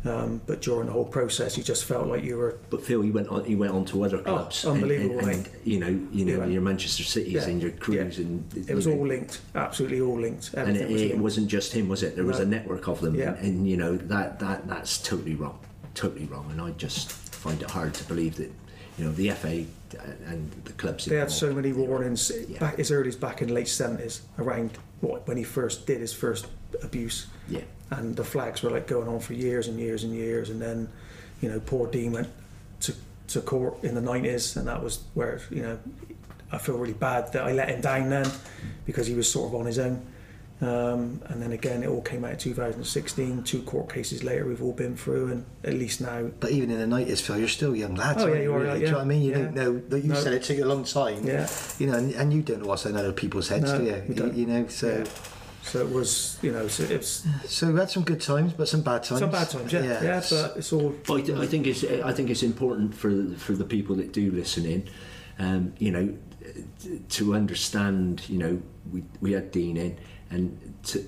S3: um, but during the whole process, you just felt like you were
S1: But Phil, you went on. You went on to other clubs. and-
S3: Oh, unbelievable,
S1: And, and,
S3: mate.
S1: you know, you know,
S3: Yeah.
S1: your Manchester Cities
S3: Yeah.
S1: and your
S3: Yeah.
S1: crews, and
S3: It was
S1: you know,
S3: all linked, absolutely all linked.
S1: And
S3: Everything
S1: it,
S3: was
S1: it
S3: linked.
S1: wasn't just him, was it? There was
S3: No.
S1: a network of them,
S3: Yeah.
S1: and, and you know that that that's totally wrong, totally wrong. And I just find it hard to believe that you know the FA and the clubs.
S3: they had so
S1: involved,
S3: many
S1: you know,
S3: warnings
S1: Yeah.
S3: back as early as back in late seventies around what when he first did his first abuse.
S1: Yeah.
S3: and the flags were like going on for years and years and years and then you know poor dean went to to court in the 90s and that was where you know i feel really bad that i let him down then because he was sort of on his own um, and then again it all came out in 2016 two court cases later we've all been through and at least now
S2: But even in the nineties, Phil, you're still young lads.
S3: Oh, yeah,
S2: aren't
S3: you are,
S2: really?
S3: yeah,
S2: Do you know what I mean? You
S3: yeah.
S2: don't know. That you
S3: No.
S2: said it took you a long time.
S3: Yeah.
S2: You know, and, and you don't know what's in other people's heads,
S3: No,
S2: do you?
S3: we
S2: You,
S3: don't.
S2: you know, so
S3: Yeah. so it was you know so it's
S2: so we had some good times, but some bad times.
S3: some bad times yeah yeah, but it's all
S1: I, th- I think it's I think it's important for for the people that do listen in, um, you know, t- to understand. You know, we we had Dean in, and to,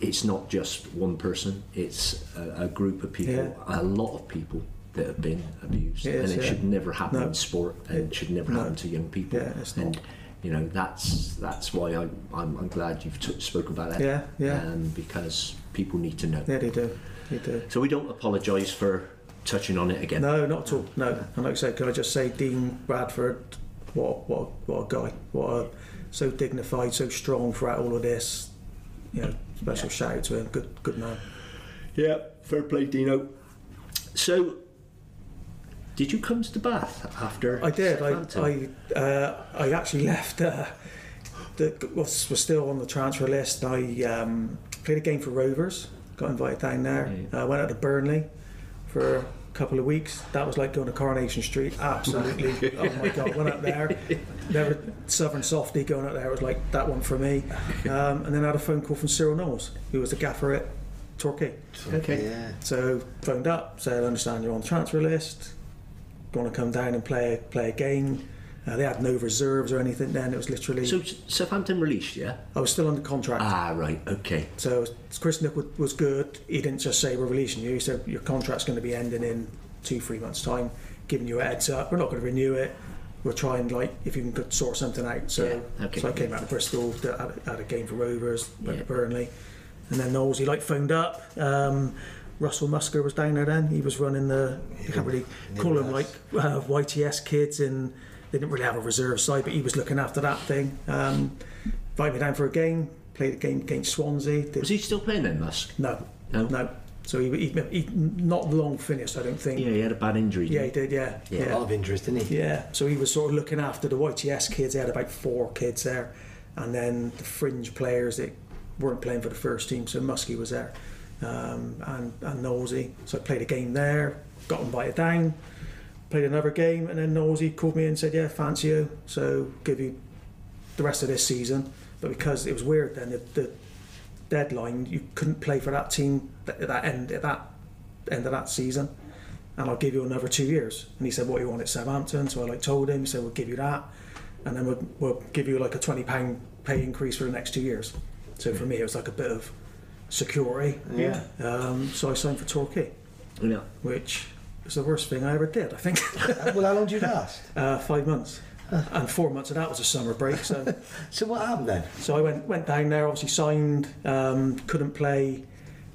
S1: it's not just one person; it's a, a group of people,
S3: Yeah.
S1: a lot of people that have been abused,
S3: It is,
S1: and it
S3: yeah.
S1: should never happen
S3: No.
S1: in sport, and should never happen to young people.
S3: Yeah, it's
S1: and
S3: not.
S1: you know that's that's why I, I'm, I'm glad you've t- spoke about that
S3: Yeah, yeah.
S1: um, because people need to know
S3: Yeah, they do. They do.
S1: so we don't apologise for touching on it again
S3: No, not at all. No, and like I said, can I just say, Dean Bradford, what what what a guy! What a so dignified, so strong throughout all of this. You know, special shout out to him. Good good man.
S1: yeah fair play Dino so did you come to the bath after
S3: I did.
S1: Southampton?
S3: I I, uh, I actually [LAUGHS] left. Uh, the, was, was still on the transfer list. I um, played a game for Rovers. Got invited down there. I went out to Burnley for a couple of weeks. That was like going to Coronation Street. Absolutely. oh my god. Went up there. Never Southern Softy going up there. It was like that one for me. Um, and then I had a phone call from Cyril Knowles, who was the gaffer at Torquay.
S1: okay
S2: Yeah.
S3: So phoned up, said, I understand you're on the transfer list. Want to come down and play play a game? Uh, they had no reserves or anything then. It was literally
S1: so S- Southampton released yeah
S3: I was still under contract.
S1: ah right okay
S3: So Chris Nick was, was good. He didn't just say we're releasing you. He said your contract's going to be ending in two three months time, giving you a heads up. We're not going to renew it. We're trying like if you can could sort something out. So,
S1: Yeah, okay.
S3: so I came out of Bristol, did- had a, had a game for Rovers, went to
S1: Yeah.
S3: Burnley, and then Knowles he like phoned up. Um, Russell Musker was down there then. He was running the you can't really call him like
S2: Nimbus.
S3: uh, YTS kids in. They didn't really have a reserve side, but he was looking after that thing. Um, invited me down for a game. Played a game against Swansea. Did
S1: was he still playing then Musk
S3: no,
S1: No?
S3: no. So he, he, he not long finished, I don't think.
S1: yeah he had a bad injury
S3: Yeah,
S1: didn't
S3: he did. Yeah,
S1: Yeah.
S2: A lot of interest, didn't he?
S3: Yeah, so he was sort of looking after the YTS kids. They had about four kids there, and then the fringe players that weren't playing for the first team. So Muskie was there, um, and and Nosey. So I played a game there, got invited down, played another game, and then Nosey called me and said, "Yeah, fancy you. So give you the rest of this season." But because it was weird, then the, the deadline you couldn't play for that team th- at that end at that end of that season and I'll give you another two years. And he said, what do you want at Southampton? So I like told him, he said, we'll give you that. And then we'll, we'll give you like a £20 pay increase for the next two years. So for me, it was like a bit of security.
S2: Yeah.
S3: Um, so I signed for Torquay,
S1: he yeah
S3: which is the worst thing I ever did, I think. [LAUGHS]
S2: well, how long did you last?
S3: uh, five months.
S2: Uh.
S3: And four months of that was a summer break. So,
S2: [LAUGHS] So what happened then?
S3: so I went, went down there, obviously signed, um, couldn't play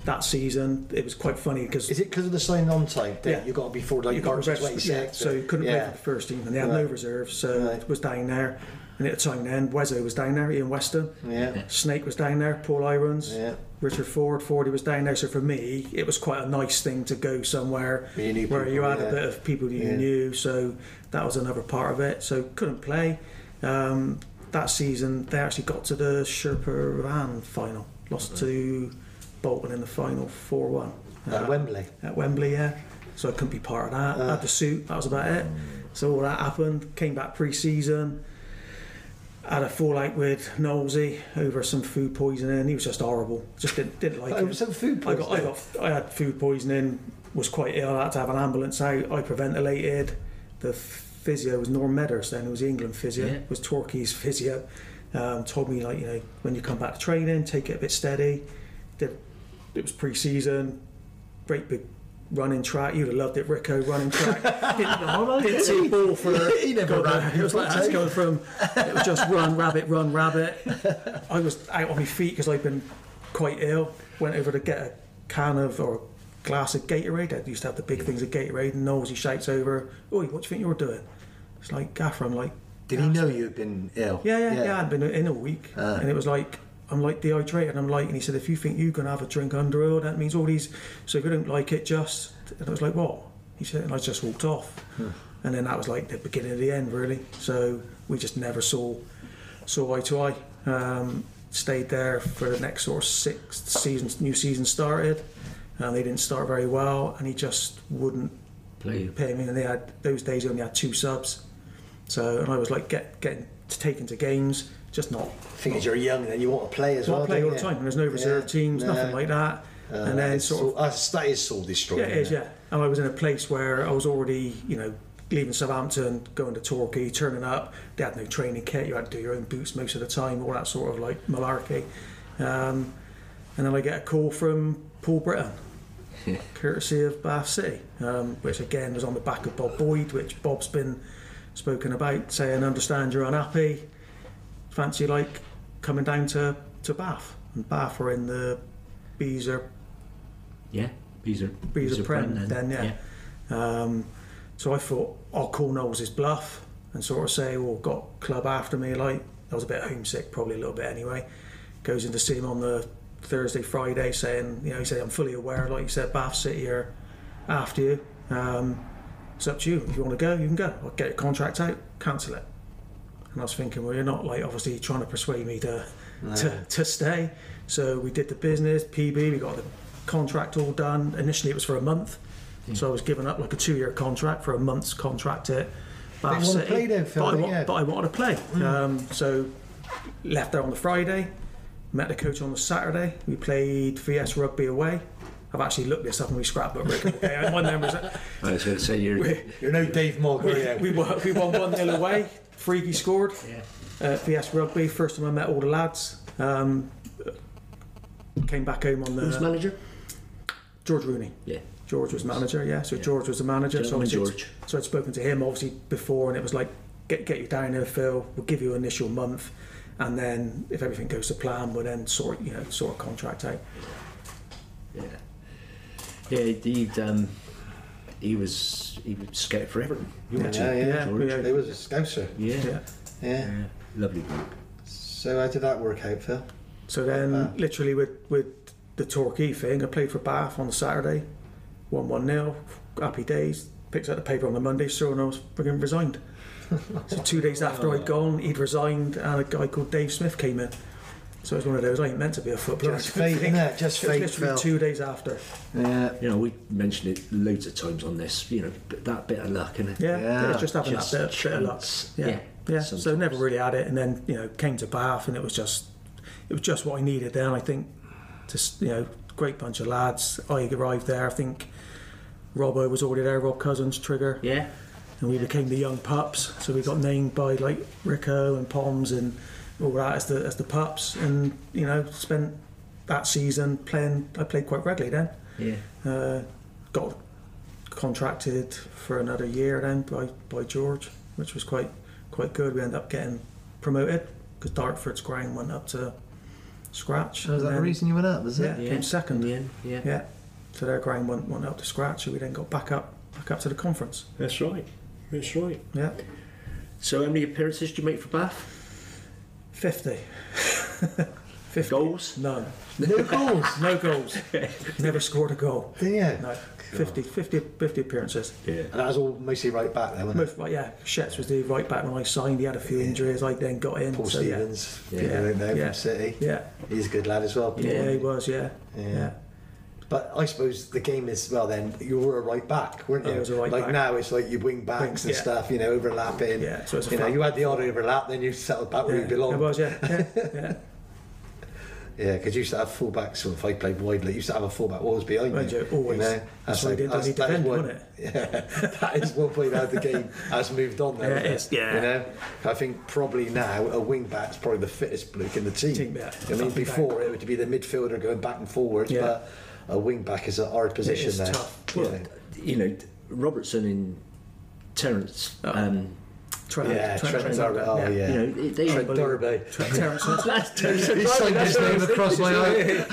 S3: that season. It was quite funny because
S2: Is it because of the sign on time that
S3: Yeah.
S2: you got to be forward like
S3: you got
S2: March
S3: reserves,
S2: 26?
S3: yeah, so you couldn't play
S2: yeah.
S3: for the first team, and they had no
S2: Right.
S3: reserves, so
S2: Right.
S3: it was down there. And at the time then, Wesley was down there, Ian Weston,
S2: Yeah.
S3: Snake was down there, Paul Irons,
S2: Yeah.
S3: Richard Ford, Fordy was down there. So for me, it was quite a nice thing to go somewhere
S2: Where you knew
S3: where you
S2: people,
S3: had a
S2: yeah.
S3: bit of people that you
S2: Yeah.
S3: knew. So that was another part of it. So couldn't play. Um, that season, they actually got to the Sherpa Van final, lost to Bolton in the final 4 1
S2: At Wembley.
S3: at Wembley, yeah. So I couldn't be part of that. I had the suit, that was about it. So all that happened, came back pre season, had a fallout with Knowlesy over some food poisoning. He was just horrible. Just didn't, didn't like
S2: Over
S3: it.
S2: some food
S3: I got, I
S2: poisoning?
S3: got I had food poisoning, was quite ill, I had to have an ambulance out, hyperventilated. The physio was Norm Meadows then, who was the England physio,
S1: Yeah.
S3: was Torquay's physio. Um, told me like, you know, when you come back to training, take it a bit steady. Did it was pre season, great big running track. You'd have loved it, Rico, running track. [LAUGHS] didn't didn't see a ball for
S2: [LAUGHS] He never
S3: God, uh,
S2: ran.
S3: It was like that's
S2: Hey.
S3: going from it was just run rabbit, run rabbit. I was out on my feet because I'd been quite ill. Went over to get a can of or a glass of Gatorade. I used to have the big things of Gatorade. And Knowles, he shouts over, "Oi, what do you think you're doing?" It's like Gaffer. I'm like,
S2: Did he know you had been ill?
S3: yeah, yeah, yeah. I'd been in a week, and it was like I'm like dehydrated. I'm like, and he said, if you think you're gonna have a drink under oil, that means all these. So if you don't like it, just. And I was like, what? He said, and I just walked off. And then that was like the beginning of the end, really. So we just never saw saw eye to eye. Um, stayed there for the next sort of sixth season. New season started, and they didn't start very well. And he just wouldn't
S1: [LAUGHS] play
S3: pay me, and they had those days you only had two subs. So and I was like get getting to taken to games, just not
S2: Thing is, you're young and you want to play as
S3: not
S2: well.
S3: play all
S2: don't
S3: the
S2: you?
S3: time. And there's no reserve
S2: Yeah,
S3: teams,
S2: no. Uh,
S3: nothing like that. and then
S2: It's
S3: sort of
S2: soul- that's- that is soul destroying.
S3: yeah, it is,
S2: isn't
S3: yeah. And I was in a place where I was already, you know, leaving Southampton, going to Torquay, turning up. They had no training kit. You had to do your own boots most of the time, all that sort of like malarkey. Um, and then I get a call from Paul Britton, courtesy of Bath City, um, which again was on the back of Bob Boyd, which Bob's been spoken about, saying, understand you're unhappy. fancy like coming down to, to Bath. And Bath are in the Beezer
S1: Yeah, bees are
S3: Bees
S1: are
S3: of Prem
S1: Prem
S3: then, yeah. Um, so I thought "Oh, I'll call Knowles' bluff and sort of say, well, got club after me. Like I was a bit homesick, probably a little bit anyway. Goes in to see him on the Thursday, Friday, saying, you know, he said, I'm fully aware, like you said, Bath City are after you. Um, it's up to you. If you want to go, you can go. I'll get your contract out, cancel it. And I was thinking, well, you're not like obviously trying to persuade me to to, to stay. So we did the business, PB, we got the contract all done. Initially, it was for a month.
S2: Hmm.
S3: So I was given up like a two year contract for a month's contract at Bath
S2: wanna
S3: City.
S2: play then, Phil,
S3: but,
S2: Hmm.
S3: I
S2: don't
S3: wa-
S2: you?
S3: but I wanted to play. Um, so left there on the Friday, met the coach on the Saturday. We played VS Rugby away. I've actually looked this up and we scrapbook Rick. Okay, my memory's
S1: I was going to say you're
S2: You're no Dave Mogg, are you?
S3: we, we won, we won 1 0 away. Freaky scored. Uh, VS Rugby, first time I met all the lads. Um, came back home on
S1: who's
S3: the.
S1: manager.
S3: George Rooney.
S1: Yeah,
S3: George was manager, yeah. So George was the manager. So
S1: Gentleman
S3: obviously-
S1: George.
S3: So I'd spoken to him obviously before, and it was like, get get you down here, Phil. We'll give you an initial month, and then if everything goes to plan, we'll then sort you know sort a contract out.
S1: yeah, yeah. He'd, um, he was he was scout for Everton. You were too,
S2: yeah, yeah.
S1: George.
S3: yeah.
S2: He was a scouser.
S1: Yeah.
S3: Yeah.
S2: Yeah.
S1: yeah, lovely bloke.
S2: So how did that work out, Phil?
S3: So then,
S2: Uh.
S3: literally with with the Torquay thing, I played for Bath on the Saturday, one one 0 happy days. Picks up the paper on the Monday, so and I was friggin' resigned.
S2: [LAUGHS]
S3: so two days after
S2: Oh.
S3: I'd gone, he'd resigned, and a guy called Dave Smith came in. So it was one of those. I ain't meant to be a footballer.
S2: Just
S3: I don't
S2: fate,
S3: think.
S2: innit?
S3: [LAUGHS]
S2: Just
S3: It was
S2: fate,
S3: Literally
S2: Phil.
S3: two days after.
S2: Yeah.
S1: You know, we mentioned it loads of times on this. You know, but that bit of luck, and
S3: Yeah,
S2: Yeah.
S3: yeah, it's just having
S1: Just
S3: that bit, bit of luck.
S1: chance.
S3: Yeah,
S1: Yeah,
S3: yeah. So
S1: sometimes.
S3: never really had it, and then you know came to Bath, and it was just it was just what I needed then. I think just you know great bunch of lads. I arrived there. I think Robbo was already there. Rob Cousins, Trigger,
S1: yeah,
S3: and we became the young pups. So we got named by like Rico and Poms and all that as the as the pups, and you know spent that season playing. I played quite regularly then
S1: yeah.
S3: uh, got contracted for another year then by, by George, which was quite quite good. We ended up getting promoted because Dartford's ground went up to scratch.
S2: So was
S3: and
S2: Oh, that the
S3: then-
S2: reason you went up, was
S3: Yeah,
S2: it?
S3: came second.
S1: in the end. Yeah.
S3: Yeah, so their ground went, went up to scratch, so we then got back up back up to the conference.
S1: that's right. That's right.
S3: Yeah,
S1: So, how many appearances do you make for Bath?
S3: fifty. [LAUGHS] 50.
S1: Goals?
S3: None.
S2: No goals,
S3: No goals. Never scored a goal.
S2: did you?
S3: [LAUGHS] No. 50, 50, 50 appearances.
S1: Yeah,
S2: And that was all mostly right back there, wasn't it?
S3: Most, right, yeah, Shets was the right back when I signed. He had a few injuries. I then got in.
S2: Paul
S3: so, yeah.
S2: Stevens,
S1: Yeah.
S2: yeah. you don't know,
S3: Yeah.
S2: from City.
S3: Yeah,
S2: He's a good lad as well. Paul.
S3: yeah, he was. Yeah,
S2: Yeah.
S3: yeah,
S2: But I suppose the game is well. Then you were a right back, weren't
S3: I
S2: you?
S3: was a right
S2: like
S3: back.
S2: now, it's like you wing backs
S3: Wing,
S2: and
S3: yeah.
S2: stuff. You know, overlapping.
S3: Yeah, so it's a
S2: you know,
S3: flat-
S2: you had the odd overlap, then you settled back where
S3: yeah.
S2: you belong.
S3: It was. Yeah, yeah,
S2: [LAUGHS]
S3: yeah.
S2: Yeah, because you used to have full backs. Well, if I played widely, you used to have a full back always behind
S3: Mind
S2: you.
S3: you, always.
S2: know?
S3: That's why they didn't
S2: that is
S3: defend,
S2: one,
S3: wasn't
S2: Yeah, [LAUGHS] that is one point how the game has moved on. There,
S3: Yeah,
S2: isn't
S3: it is, yeah.
S2: You know, I think probably now a wing back's probably the fittest bloke in the team.
S3: Team, yeah.
S2: I
S3: Fucking
S2: mean, before it would be the midfielder going back and forwards,
S3: Yeah.
S2: but a wing back is a hard position
S3: is
S2: there.
S3: tough.
S2: you
S1: Well,
S2: know.
S1: you know, Robertson and Terence. Um,
S3: Trent,
S2: Yeah, Trent Darby. Oh, yeah.
S1: You know, they- they. [LAUGHS]
S2: Trent Darby.
S3: Terence,
S1: That's [LAUGHS]
S2: He signed his name [LAUGHS] across my eye.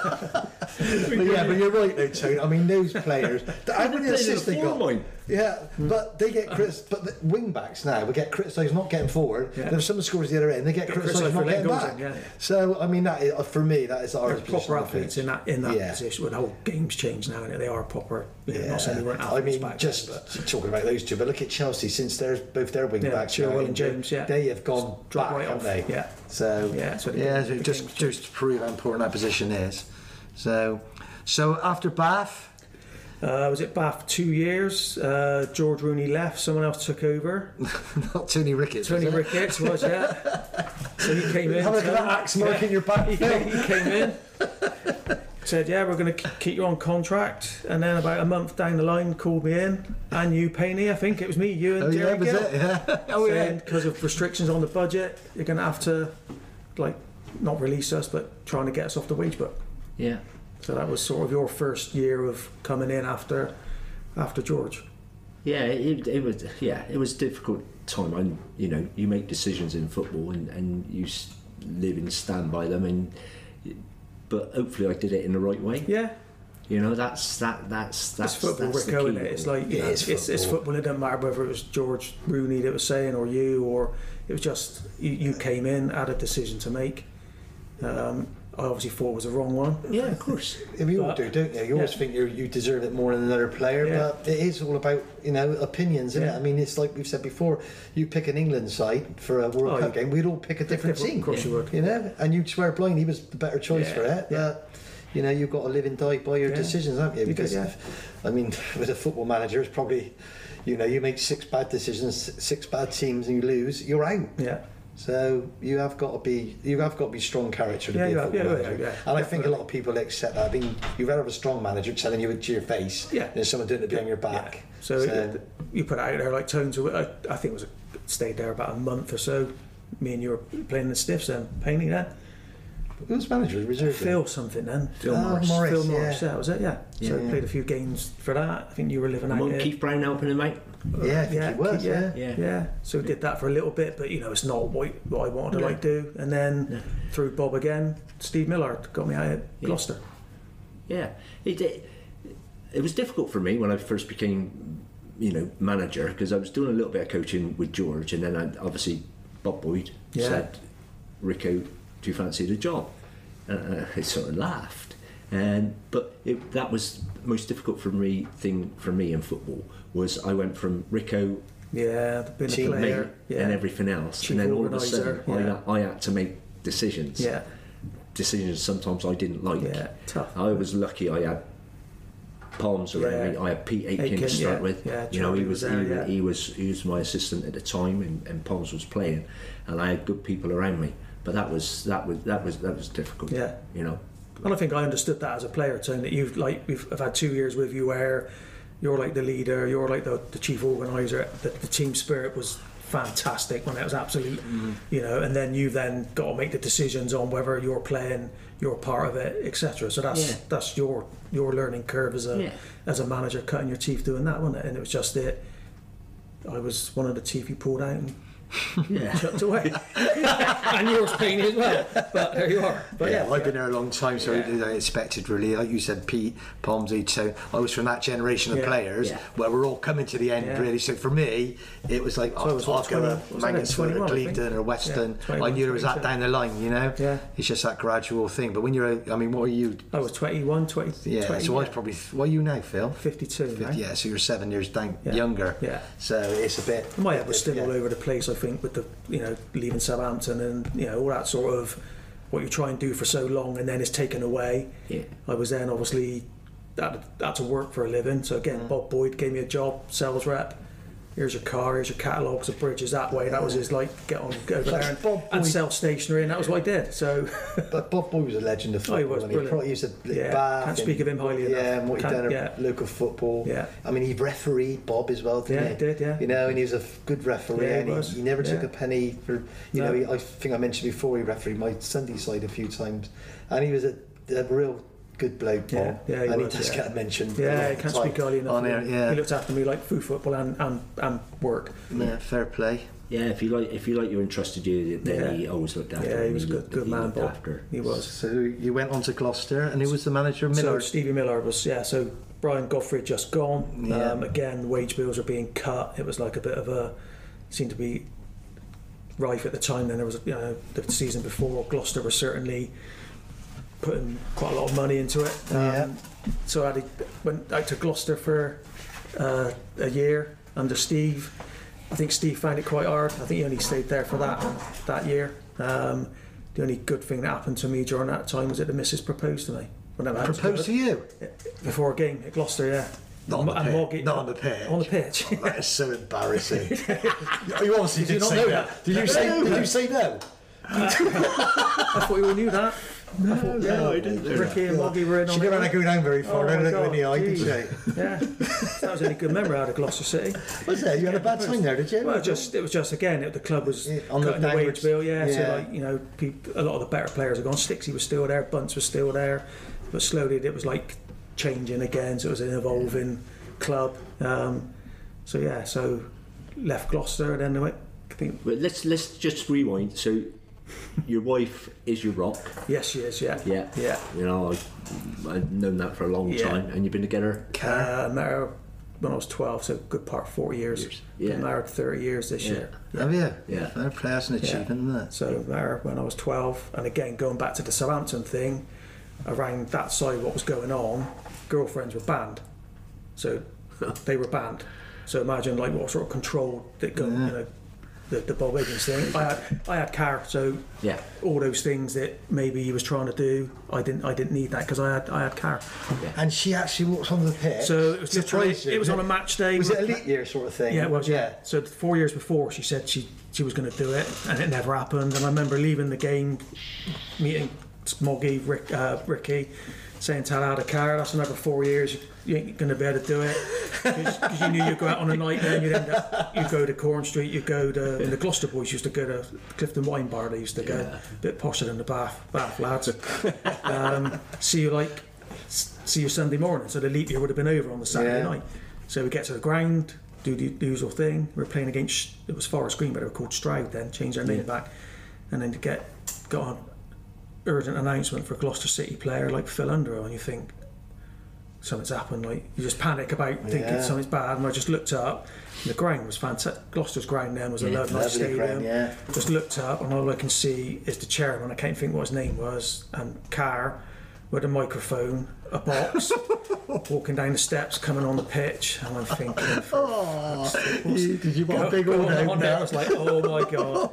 S2: [LAUGHS] but yeah, but you're right though, Tony. I mean, those players. How many
S1: played in
S2: assists
S1: the
S2: they
S1: forward
S2: got?
S1: line.
S2: Yeah, but they get criticised. But the wing backs now we get criticised not getting forward.
S3: Yeah.
S2: Then if someone scores the other end, they get, criticised
S3: criticised
S2: not
S3: for letting
S2: getting
S3: goals
S2: back.
S3: in, yeah.
S2: So I mean, that is, for me, that is the hardest position
S3: proper
S2: on the
S3: athletes
S2: pitch.
S3: in that in that
S2: Yeah.
S3: position. Well, the whole game's changed now, and they are proper. You know, yeah. Not saying they weren't
S2: I
S3: athletes
S2: mean,
S3: back
S2: just
S3: then, but
S2: talking about those two, but look at Chelsea since they're both their wing
S3: Yeah,
S2: backs.
S3: Chilwell
S2: now,
S3: and James, yeah.
S2: They have gone
S3: Drop
S2: back,
S3: right
S2: haven't
S3: off,
S2: they?
S3: yeah.
S2: So,
S3: Yeah, that's what it-
S2: yeah, so
S3: it
S2: just, just to prove how important that position is. So, so after Bath, [LAUGHS]
S3: uh, I was at Bath two years. Uh, George Rooney left. Someone else took
S2: [LAUGHS]
S3: over.
S2: not Tony Ricketts.
S3: Tony
S2: was it?
S3: Ricketts was yeah. So he came in.
S2: Have a look at
S3: so-
S2: that axe mark
S3: Yeah.
S2: in your back.
S3: he, came, he came in, said, "Yeah, we're going to keep you on contract." And then about a month down the line, called me in, and you, Payne, I think it was me, you, and
S2: Oh yeah,
S3: Jerry
S2: was
S3: Gill,
S2: it? Yeah. Oh yeah.
S3: because of restrictions on the budget, you're going to have to, like, not release us, but trying to get us off the wage book.
S1: Yeah.
S3: So that was sort of your first year of coming in after, after George.
S1: Yeah, it, it was. Yeah, it was difficult time. And you know, you make decisions in football, and and you s- live and stand by them. And but hopefully, I did it in the right way.
S3: Yeah,
S1: You know, that's that that's that's
S3: it's football,
S1: that's the
S3: Rico,
S1: key
S3: isn't it? It's
S1: one.
S3: like you
S2: Yeah,
S3: know,
S2: it's
S3: it's, it's,
S2: football.
S3: football. It doesn't matter whether it was George Rooney that was saying, or you, or it was just you, you came in, had a decision to make. Um, I obviously thought it was the wrong one.
S1: yeah, of
S3: [LAUGHS]
S1: course.
S2: I mean, you all
S3: But-
S2: do, don't you? You always
S3: yeah.
S2: think you you deserve it more than another player,
S3: Yeah.
S2: but it is all about you know opinions, isn't it?
S3: Yeah.
S2: I mean, it's like we've said before. You pick an England side for a World
S3: Oh,
S2: Cup
S3: you-
S2: game, we'd all pick a
S3: different-
S2: different team.
S3: of course you would.
S2: You know, and you'd swear blind he was the better choice
S3: Yeah,
S2: for it.
S3: yeah.
S2: But you know, you've got to live and die by your
S3: Yeah.
S2: decisions, haven't you?
S3: You do,
S2: Because
S3: yeah.
S2: I mean, [LAUGHS] with a football manager, it's probably you know you make six bad decisions, six bad teams, and you lose, you're out.
S3: Yeah,
S2: So you have got to be you have got to be strong character to
S3: Yeah,
S2: be
S3: you
S2: a
S3: have-
S2: football
S3: yeah, yeah,
S2: manager.
S3: yeah,
S2: and I think a lot of people accept that. I mean, you'd rather have a strong manager telling you to your face
S3: Yeah.
S2: than someone doing it behind your back.
S3: yeah. So, uh, it- you put it out there like tones. I, I think it was a, stayed there about a month or so. Me and you were playing the stiffs then, painting that.
S2: who's manager? Reserve.
S3: Phil something then.
S1: Phil
S2: Oh,
S1: Morris.
S2: Morris.
S3: Phil
S2: yeah.
S3: Morris, yeah. that was it, yeah. So
S2: Yeah.
S3: I played a few games for that. I think you were living out
S1: Come on,
S3: here.
S1: Keith Brown helping him out.
S2: Yeah, I think he was.
S3: Keith-
S2: Yeah.
S1: yeah.
S3: yeah, So we did that for a little bit, but you know, it's not what, what I wanted to
S1: No.
S3: like do. And then through Bob again, Steve Millard got me out at
S1: Yeah.
S3: Gloucester.
S1: Yeah, it, it it was difficult for me when I first became, you know, manager because I was doing a little bit of coaching with George, and then I, obviously Bob Boyd
S3: Yeah.
S1: said, "Rico, do you fancy the job?" And I [LAUGHS] sort of laughed, and but it, that was the most difficult for me thing for me in football was I went from Rico
S3: Yeah, been a
S2: Teammate
S1: mate
S3: player. Yeah.
S1: and everything else,
S3: Chief
S1: and then all of a
S3: organiser,
S1: sudden I
S3: yeah.
S1: I, I had to make decisions.
S3: Yeah.
S1: Decisions sometimes I didn't like.
S3: Yeah, tough.
S1: I was lucky I had palms around
S3: Yeah.
S1: me. I had Pete Aitken,
S3: Aitken,
S1: to start
S3: yeah,
S1: with.
S3: yeah,
S1: you know, he
S3: Charlie
S1: was,
S3: was there,
S1: he,
S3: yeah.
S1: he was he was my assistant at the time, and, and Palms was playing, and I had good people around me. But that was that was that was that was difficult.
S3: Yeah.
S1: you know.
S3: And I think I understood that as a player, Tony, that you've like we've I've had two years with you where you're like the leader, you're like the, the chief organizer. The, the team spirit was fantastic when it was absolute,
S1: Mm-hmm.
S3: you know. And then you then got to make the decisions on whether you're playing, you're part of it, etc. So that's
S1: Yeah.
S3: that's your your learning curve as a
S1: Yeah.
S3: as a manager, cutting your teeth doing that, wasn't it? And it was just it. I was one of the teeth you pulled out and
S1: [LAUGHS] Yeah. [LAUGHS]
S3: chucked away, [LAUGHS] and yours painted as well. But there you are. But
S2: Yeah,
S3: yeah,
S2: well, I've been there a long time, so
S3: Yeah.
S2: I expected really, like you said, Pete Pomsey. So I was from that generation of
S3: Yeah.
S2: players
S1: Yeah.
S2: where we're all coming to the end,
S3: Yeah.
S2: really. So for me, it was like,
S3: I
S2: oh,
S3: was, what,
S2: I'll go to
S3: 20 was I then?
S2: Mansfield
S3: 21,
S2: or
S3: I think.
S2: Clevedon or Weston.
S3: Yeah,
S2: I
S3: 21,
S2: knew it was that
S3: 22.
S2: down the line, you know?
S3: Yeah.
S2: It's just that gradual thing. But when you're, a- I mean, what are you?
S3: I Oh, was 21, 20,
S2: Yeah,
S3: 20,
S2: so I was probably, what are you now, Phil?
S3: 52, right?
S2: Yeah, so you're seven years down,
S3: Yeah.
S2: younger.
S3: Yeah.
S2: So it's a bit.
S3: My head was still
S2: yeah.
S3: all over the place, I think, with the, you know, leaving Southampton and, you know, all that sort of what you try and do for so long and then it's taken away.
S1: Yeah.
S3: I was then obviously had, had to work for a living. So
S2: Mm.
S3: again, Bob Boyd gave me a job, sales rep. Here's your car, here's your catalogues of bridges that way. That was his like, get on, go over
S2: That's
S3: there and,
S2: Bob
S3: and
S2: Boyd.
S3: sell stationery, and that was what I did. So, [LAUGHS]
S2: But Bob Boyd was a legend of
S3: Oh,
S2: football.
S3: he was
S2: and
S3: brilliant.
S2: probably used to
S3: Yeah,
S2: bath
S3: can't
S2: and-
S3: speak of him highly enough.
S2: Yeah, and what he
S3: Can't-
S2: done at
S3: yeah.
S2: local football.
S3: Yeah.
S2: I mean, he refereed Bob as well, didn't
S3: Yeah,
S2: he?
S3: he did, yeah.
S2: You know, and he was a f- good referee,
S3: Yeah, he
S2: and he,
S3: was.
S2: he never took
S3: Yeah.
S2: a penny for. You
S3: No.
S2: know, he, I think I mentioned before he refereed my Sunday side a few times, and he was a, a real good bloke, Bob.
S3: Yeah, yeah, he
S2: and
S3: was,
S2: he does
S3: yeah.
S2: get mentioned. all
S3: yeah, I
S2: the
S3: can't
S2: time
S3: speak highly enough.
S2: On
S3: of
S2: air,
S3: him.
S2: yeah.
S3: He looked after me like through football and, and, and work.
S2: yeah, fair play.
S1: Yeah, if you like, if you like, you entrusted you. Then
S3: Yeah.
S1: he always looked after.
S3: Yeah,
S1: him.
S3: he was a good,
S1: looked-
S3: good
S1: he
S3: man,
S1: looked
S3: Bob.
S1: After.
S3: He was.
S2: So you went on to Gloucester, and who was the manager?
S3: [LAUGHS] So
S2: Miller.
S3: Stevie Miller was yeah. So Brian Godfrey had just gone.
S2: Yeah.
S3: Um, again, wage bills were being cut. It was like a bit of a seemed to be rife at the time. Then there was you know the season before Gloucester were certainly putting quite a lot of money into it. Um,
S2: Yeah.
S3: So I went out to Gloucester for uh, a year under Steve. I think Steve found it quite hard. I think he only stayed there for that that year. Um, the only good thing that happened to me during that time was that the missus proposed to me. Well, no, that was good.
S2: proposed to you.
S3: before a game at Gloucester, yeah.
S2: Not on the
S3: And
S2: pitch.
S3: Moggy-
S2: Not on the pitch.
S3: On the pitch. [LAUGHS]
S2: That is so embarrassing. you obviously
S3: you
S2: did,
S3: not
S2: say
S3: know
S2: that.
S3: that?
S2: Did you say? Did you say no?
S3: I thought you all knew that. No,
S2: no, I didn't know
S3: Ricky and Moggy were in
S2: She
S3: on
S2: never
S3: it.
S2: had to go down very
S3: Oh
S2: far. I
S3: my
S2: don't look in
S3: God,
S2: the eye, did
S3: jeez.
S2: she?
S3: Yeah, that was the only good memory I had of Gloucester City.
S2: Was there? You had a bad time there, did you?
S3: Well, just it was just again it, the club was
S2: Yeah, on
S3: on
S2: the
S3: cutting the,
S2: downwards.
S3: wage bill, yeah,
S2: Yeah.
S3: So like you know, peop a lot of the better players are gone. Stixie was still there, Bunce was still there, but slowly it was like changing again. So it was an evolving club. Um, so yeah, so left Gloucester, and then they went. I think
S1: But let's let's just rewind. So, your wife is your rock.
S3: yes, she is. Yeah,
S1: Yeah.
S3: yeah.
S1: You know, I've, I've known that for a long
S3: Yeah.
S1: time, and you've been together.
S3: Uh, I met her when I was twelve, so good part of forty years.
S1: Years, yeah.
S3: Been married thirty years this
S1: Yeah.
S3: year.
S2: Oh, yeah.
S1: Yeah.
S2: Fair play, that's an achievement, isn't it?
S3: So there, when I was 12, and again going back to the Southampton thing, around that side, what was going on, girlfriends were banned.
S2: [LAUGHS]
S3: So they were banned. So imagine like what sort of control that go, you know, the, the Bob Higgins thing. I had I had car, so
S1: Yeah.
S3: all those things that maybe he was trying to do, I didn't I didn't need that because I had I had car.
S2: And she actually walked on the pitch.
S3: So it was literally
S2: Surprised you.
S3: it was on a match day.
S2: Was it elite year sort of thing?
S3: Yeah, it was. Yeah. So four years before, she said she she was going to do it, and it never happened. And I remember leaving the game, meeting Smoggy, Rick, uh, Ricky, saying to her, "Out of car, that's another four years. You ain't going to be able to do it because you knew you'd go out on a night, then you'd end up you go to Corn Street, you go to and the Gloucester boys used to go to Clifton Wine Bar. They used to go a bit posher than the Bath Bath lads. um, see you like s- see you Sunday morning. So the leap year would have been over on the Saturday
S2: Yeah.
S3: night. So we get to the ground, do the the usual thing. We were playing against it was Forest Green, but they were called Stroud then, changed their name back, and then to get got an urgent announcement for a Gloucester City player like Phil Underhill, and you think something's happened. Like you just panic about thinking
S2: Yeah.
S3: something's bad, and I just looked up. And the ground was fantastic. Gloucester's ground then was a lovely,
S2: lovely
S3: stadium.
S2: ground, yeah.
S3: Just looked up, and all I can see is the chairman. I can't think what his name was, and Carr with a microphone,
S1: [LAUGHS]
S3: a box, walking down the steps, coming on the pitch, and I'm thinking,
S1: [LAUGHS] Oh,
S2: You- Did you want a big
S3: Go
S2: one
S3: on,
S2: out
S3: on there. I
S2: now?
S3: was like, oh
S1: [LAUGHS]
S3: my god.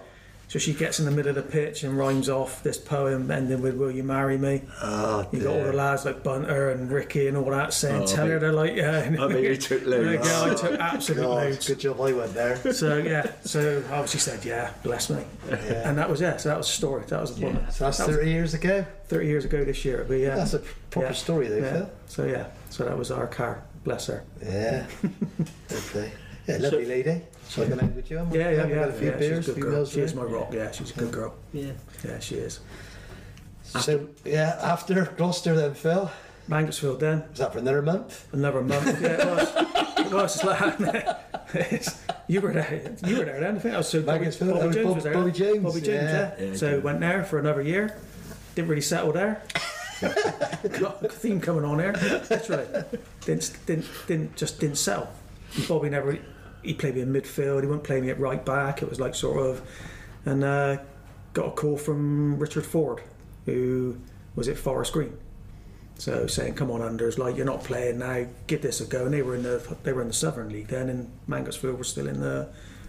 S3: So she gets in the middle of the pitch and rhymes off this poem ending with "Will you marry me?"
S2: Oh,
S3: You got all the lads like Bunter and Ricky and all that saying,
S1: Oh,
S3: "Tell
S1: I
S3: her
S1: bet-
S3: they're like, yeah."
S1: I bet you
S3: [LAUGHS]
S1: took loads.
S3: Yeah, I
S1: [LAUGHS]
S3: took absolute
S2: God,
S3: loads.
S2: good job I
S3: [LAUGHS]
S2: went there.
S3: So yeah, so I obviously said, "Yeah, bless me," and that was yeah. So that was a story. That was one,
S2: So that's 30 years ago.
S3: thirty years ago this year. But yeah,
S2: That's a proper
S3: yeah,
S2: story, though,
S3: yeah.
S2: Phil.
S3: So yeah, so that was our car. Bless her.
S2: [LAUGHS] Yeah. okay. Yeah, lovely lady. So I've been out with you. haven't we?
S3: Yeah, yeah,
S2: We've
S3: yeah.
S2: had a few
S3: yeah,
S2: beers,
S3: she's a
S2: few
S3: good girl.
S2: meals
S3: She
S2: with
S3: is
S2: you.
S3: my rock. Yeah, she's a good girl.
S1: Yeah.
S3: Yeah, she is.
S2: So, yeah, after Gloucester, then Phil.
S3: Mangotsfield then.
S2: Was that for another month?
S3: Another month. Yeah, it was. it was. It's like- [LAUGHS] it's- you were there. You were there then. I think I was so. Bobby,
S2: Macclesfield,
S3: Bobby
S2: oh,
S3: Jones
S2: Bob-
S3: was there.
S2: Bobby Jones,
S3: Bobby Jones. Yeah.
S2: yeah.
S1: Yeah,
S3: so
S1: okay.
S3: went there for another year. Didn't really
S1: [LAUGHS]
S3: settle there. Got a theme coming on here. Literally, didn't didn't didn't just didn't settle. And Bobby never. He played me in midfield. He wouldn't play me at right back. It was like sort of, and uh, got a call from Richard Ford, who was at Forest Green. So saying, "Come on, Anders, like you're not playing now. Give this a go." And they were in the they were in the Southern League then, and Mangotsfield was still in the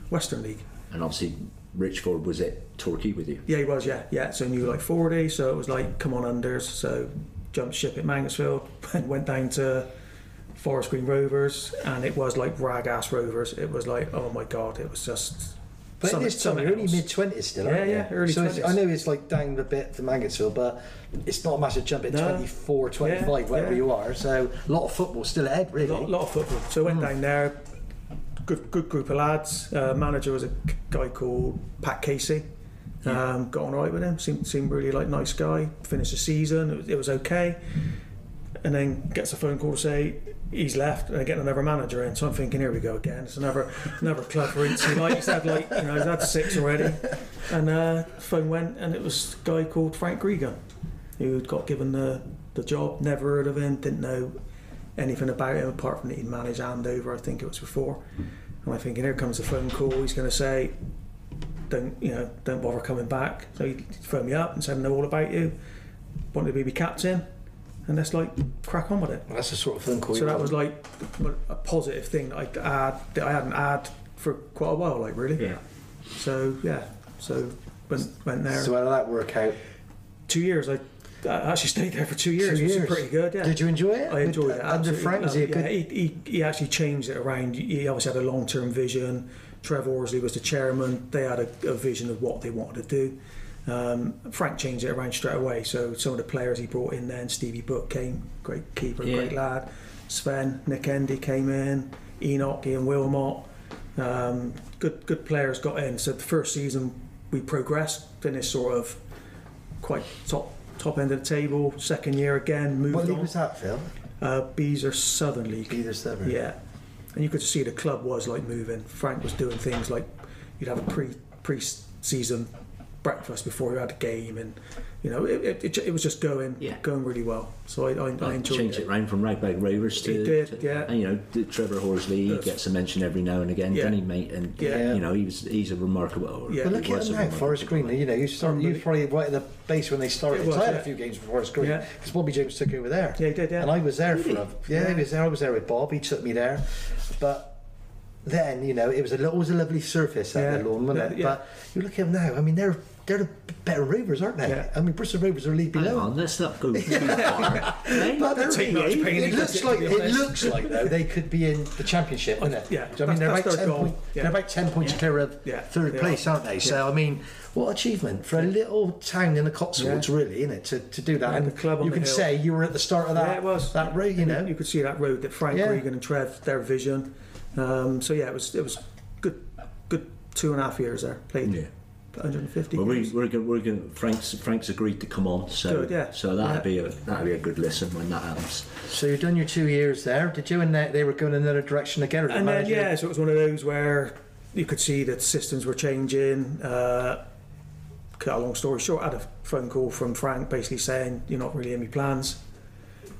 S3: Western League.
S1: And obviously, Richford was at Torquay with you.
S3: Yeah, he was. Yeah, yeah. So you were like 40, so it was like, "Come on, Anders." So jumped ship at Mangotsfield [LAUGHS] and went down to Forest Green Rovers, and it was like rag ass Rovers. It was like, oh my god, it was just.
S2: But at
S3: something-
S2: this time,
S3: something
S2: you're only
S3: else.
S2: mid 20s still,
S3: Yeah,
S2: aren't you?
S3: yeah, early
S2: so it's- I
S3: 20s.
S2: know it's like down a bit to Mangotsfield, but it's not a massive jump at
S3: No.
S2: 24, 25,
S3: Yeah,
S2: wherever
S3: yeah.
S2: you are. So a lot of football still ahead, really.
S3: lot, lot of football. So I went down there. Good, good group of lads. Uh, manager was a c- guy called Pat Casey. Um, got on all right with him. Seemed, seemed really like nice guy. Finished the season. It was, it was okay. And then gets a phone call to say he's left and getting another manager in. So I'm thinking, here we go again. It's another another club for into. Like he's had like you know he's had six already. And uh, phone went and it was a guy called Frank Gregan who'd got given the, the job, never heard of him, didn't know anything about him apart from that he'd managed Andover, I think it was before. And I'm thinking, here comes the phone call, he's going to say, don't you know, don't bother coming back. So he phoned me up and said, I know all about you, wanted to be captain, and let's like crack on with it.
S2: That's the sort of phone call
S3: So
S2: you
S3: that
S2: want.
S3: was like a positive thing that I could add that I hadn't had for quite a while, like really. So yeah, so went went there.
S2: So how did that work out?
S3: two years, I, I actually stayed there for two years,
S2: Two
S3: which
S2: years.
S3: is pretty good. Yeah.
S2: Did you enjoy it?
S3: I enjoyed it.
S2: Under
S3: absolutely.
S2: Frank, was he a
S3: Yeah,
S2: good?
S3: he, he, he actually changed it around. He obviously had a long term vision. Trev Orsley was the chairman. They had a, a vision of what they wanted to do. Um, Frank changed it around straight away. So some of the players he brought in then, Stevie Book came, great keeper,
S1: Yeah.
S3: great lad. Sven, Nick Endy came in, Enoch, Ian Wilmot. Um, good good players got in. So the first season we progressed, finished sort of quite top top end of the table. Second year again, moved
S2: What
S3: on.
S2: league was that, Phil?
S3: Uh, bees are Southern League.
S2: Either seven.
S3: Yeah. and you could see the club was like moving. Frank was doing things like you'd have a pre pre season breakfast before you had a game, and you know it, it, it, ju- it was just going
S1: Yeah.
S3: going really well. So I, I, I
S1: Well,
S3: enjoyed
S1: changed
S3: it.
S1: it round from Ragbag Rovers to,
S3: He
S1: to-
S3: did, yeah.
S1: and, you know the Trevor Horsley he
S3: That's-
S1: gets a mention every now and again,
S3: Yeah.
S1: doesn't he, mate? And
S3: Yeah.
S1: you know he was he's a remarkable. or
S3: Yeah.
S2: But
S1: he
S2: look at
S1: was
S2: them
S1: a
S2: now,
S1: remarkable
S2: Forest Green. You know, you started, you
S3: Unbelievable.
S2: probably right at the base when they started.
S3: It was,
S2: I had a
S3: yeah.
S2: few games for Forest Green
S3: Yeah.
S2: because Bobby James took over there.
S3: Yeah, he did, yeah.
S2: And I was there
S1: Did
S2: for
S1: he?
S2: a, yeah,
S3: Yeah.
S2: He was there. I was there with Bob. He took me there, but. Then you know it was a, lo- always a lovely surface at
S3: Yeah.
S2: the lawn, wasn't
S3: Yeah,
S2: it?
S3: yeah.
S2: But you look at them now. I mean, they're they're the better Rovers, aren't they?
S3: Yeah.
S2: I mean, Bristol Rovers are a league
S1: Hang
S2: below.
S1: on, let's not
S3: [LAUGHS]
S1: go too far. eh?
S2: But
S3: Don't
S2: they're
S3: take much
S2: really-
S3: pain
S2: it
S3: in
S2: looks
S3: it, to
S2: like
S3: be
S2: it
S3: honest. Oh,
S2: looks like though they could be in the championship, isn't it?
S3: Yeah,
S2: So, I
S3: that's-
S2: mean, they're
S3: that's
S2: about
S3: their
S2: ten
S3: goal.
S2: point,
S3: Yeah.
S2: they're about ten points clear of
S3: Yeah,
S2: third
S3: they
S2: place, aren't they? So I mean, what achievement for a little town in the Cotswolds, really, isn't it? To, to do that
S3: And the club on
S2: you
S3: the
S2: can
S3: hill.
S2: say you were at the start of that.
S3: yeah, it was
S2: that route, you
S3: And
S2: know.
S3: You could see that road that Frank
S2: Yeah.
S3: Regan and Trev, their vision. Um, so yeah, it was it was good good two and a half years there. Played
S1: Yeah.
S3: 150.
S1: Well, we,
S3: games.
S1: we're going. We're going. Frank's Frank's agreed to come on, so
S3: Good, yeah.
S1: so that'll
S3: Yeah.
S1: be a that'll be a good listen when that happens.
S2: so you've done your two years there. Did you and they, they were going another direction again? Or did
S3: and
S2: the
S3: then
S2: manager-
S3: yeah, so it was one of those where you could see that systems were changing. Uh, cut a long story short, I had a phone call from Frank basically saying you're not really in my plans.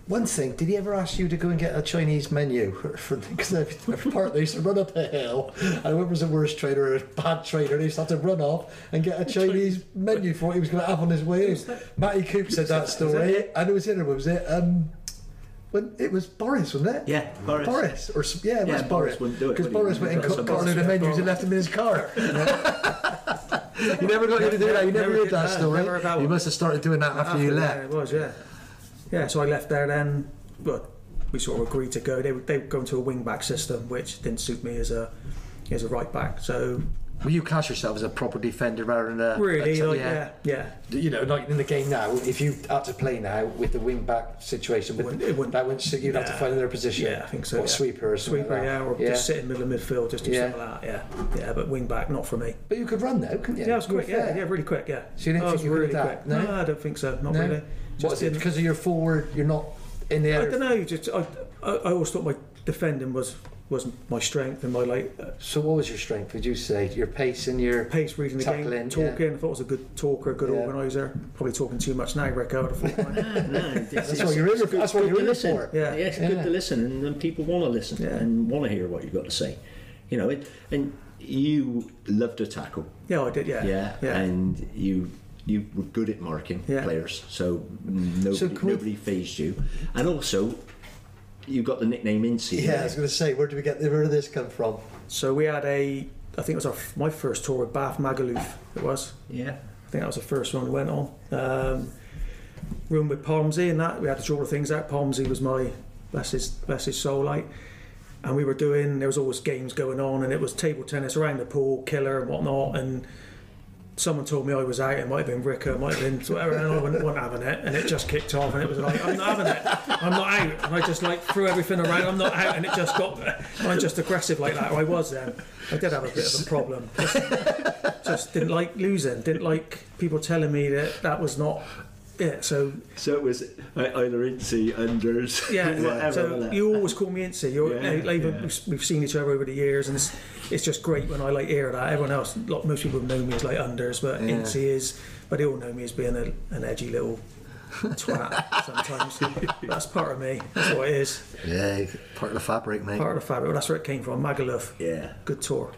S2: One thing, did he ever ask you to go and get a Chinese menu? [LAUGHS] Because every part they used to run up a hill, and whoever was the worst trader or a bad trader, they used to have to run off and get a [LAUGHS] Chinese menu for what he was going to have on his way in. Matty Coop said that story, and it was in it, was it? Um, when it was Boris, wasn't it?
S1: Yeah, Boris.
S2: Boris, or s- yeah, it
S1: Yeah,
S2: was
S1: Boris
S2: Boris.
S1: wouldn't do it,
S2: because
S1: would he?
S2: Boris went and
S1: That's
S2: cooked
S1: what
S2: Carlo the menus and left him in his car. you never got you to do that. You never,
S3: Never
S2: did
S3: did
S2: that
S3: that,
S2: story.
S3: never that
S2: you
S3: one.
S2: must have started doing that after you
S3: yeah,
S2: left.
S3: it was yeah, yeah. So I left there then. But we sort of agreed to go. They were, they were going to a wing back system, which didn't suit me as a as a right back. So
S2: Well, you class yourself as a proper defender rather than a
S3: really,
S2: a-
S3: like, uh, yeah, yeah.
S2: You know, like in the game now, if you had to play now with the wing back situation, with,
S3: Wouldn't- it wouldn't-
S2: that wouldn't suit. You'd have to
S3: Nah.
S2: find another position.
S3: Yeah, I think so.
S2: Or
S3: yeah.
S2: sweeper, or something
S3: sweeper,
S2: like that.
S3: yeah, or just sit in middle of midfield, just do
S2: Yeah.
S3: something like that. Yeah, yeah, but wing back, not for me.
S2: But you could run though, couldn't you?
S3: Yeah, it was
S2: You were
S3: quick. Yeah,
S2: fair.
S3: yeah, really quick. Yeah.
S2: So you didn't
S3: I
S2: think
S3: was
S2: you could
S3: really
S2: have
S3: quick.
S2: that? No?
S3: I don't think so. Not
S2: No?
S3: really.
S2: What is it?
S3: didn't-
S2: Because of your forward, you're not in the
S3: I
S2: air.
S3: don't know. Just I, I, I always thought my defending was was my strength and my like uh,
S2: So what was your strength? Would you say your pace and your
S3: pace reading the
S2: Tackling,
S3: game,
S2: yeah.
S3: talking. I thought I was a good talker, a good
S2: Yeah.
S3: organizer. Probably talking too much now, Rick. I would have thought.
S2: [LAUGHS]
S3: right?
S2: That's what you're in. it- That's what you're
S1: good to
S2: in it
S1: listen.
S2: for.
S3: Yeah.
S1: Yeah, it's good
S2: Yeah.
S1: to listen, and, and people want to listen
S3: Yeah.
S1: and want to hear what you've got to say. You know, it, and you loved a tackle,
S3: yeah, I did. Yeah.
S1: yeah,
S3: Yeah.
S1: and you you were good at marking
S3: Yeah.
S1: players, so nobody
S2: can we-
S1: nobody phased you, and also you got the nickname Incy.
S2: Yeah, I was going to say, where do we get where did this come from?
S3: so we had a. I think it was our, f- my first tour with Bath Magaluf. It was.
S1: yeah.
S3: I think that was the first one we went on. Um, room with Palmsy and that. We had to draw the things out. Palmsy was my bless his bless his soul like. And we were doing there was always games going on and it was table tennis around the pool, killer and whatnot and someone told me I was out, it might have been Ricker, it might have been whatever, and I wasn't, wasn't having it and it just kicked off and it was like, I'm not having it. I'm not out and I just like threw everything around, I'm not out and it just got I'm just aggressive like that. I was then. I did have a bit of a problem
S1: Uh,
S3: just didn't like losing, didn't like people telling me that that was not it. So
S1: So it was uh, either Incy, Unders,
S3: yeah,
S1: whatever.
S3: so you always call me Incy. You're,
S1: Yeah,
S3: like,
S1: yeah.
S3: We've, we've seen each other over the years, and it's, it's just great when I like hear that. Everyone else, like, most people know me as like Unders, but
S2: Yeah.
S3: Incy is. But they all know me as being a, an edgy little
S1: [LAUGHS]
S3: twat sometimes. that's part of me. That's what it is.
S2: Yeah, part of the fabric, mate.
S3: Part of the fabric. Well, that's where it came from. Magaluf.
S1: yeah.
S3: Good tour.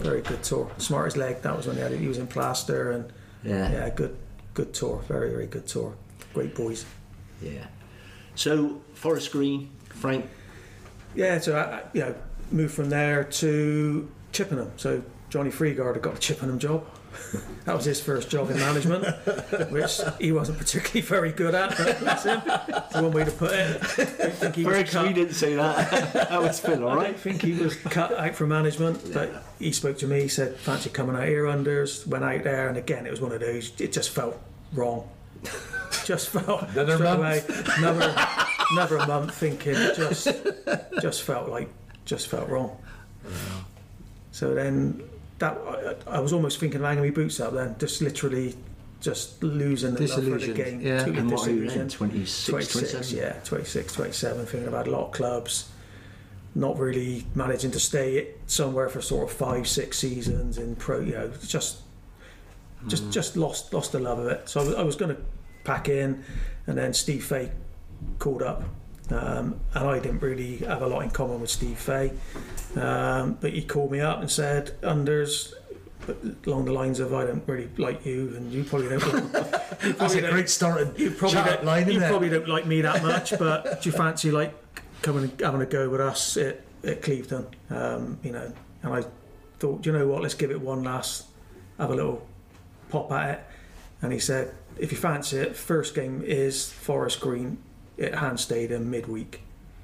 S3: Very good tour. Smartest leg. That was when he had it. He was in plaster and.
S1: yeah,
S3: Yeah, good, good tour. Very, very good tour. Great boys.
S1: Yeah. So Forest Green, Frank.
S3: Yeah, so I, I you know moved from there to Chippenham. So Johnny Freeguard got a Chippenham job. [LAUGHS] that was his first job in management, which he wasn't particularly very good at. But that's him. That's the one way to put it. I don't think he
S1: [LAUGHS]
S3: was cut-
S1: didn't say that. [LAUGHS] that was Phil, all
S3: I don't think he was cut out from management, but he spoke to me, he said, fancy coming out here, Unders. Went out there, and again, it was one of those, it just felt
S1: [LAUGHS]
S3: wrong. just felt
S2: Another
S3: straight
S2: month.
S3: away, another, another month thinking, just, just felt like, just felt wrong. So then that I, I was almost thinking of hanging my boots up then, just literally just losing the love for the
S2: Disillusioned,
S3: game.
S2: yeah.
S3: totally
S1: And what are you then?
S3: disillusioned.
S1: 26,
S3: 26,
S1: 27?
S3: yeah, 26, 27, thinking about a lot of clubs. not really managing to stay it somewhere for sort of five, six seasons in pro. You know, just just
S2: Hmm.
S3: just lost lost the love of it. So I was, I was going to pack in, and then Steve Fay called up, um, and I didn't really have a lot in common with Steve Fay, um, but he called me up and said, "Unders." But along the lines of, I don't really like you, and you probably
S2: [LAUGHS]
S3: don't. [LAUGHS] you probably
S2: That's a
S3: don't-
S2: great starting
S3: you probably
S2: chat
S3: don't,
S2: line,
S3: you
S2: isn't it?
S3: probably don't like me [LAUGHS] that much, but do you fancy like coming and having a go with us at, at Clevedon? Um, you know, and I thought, do you know what? Let's give it one last, have a little pop at it. And he said, if you fancy it, first game is Forest Green at Hand Stadium midweek.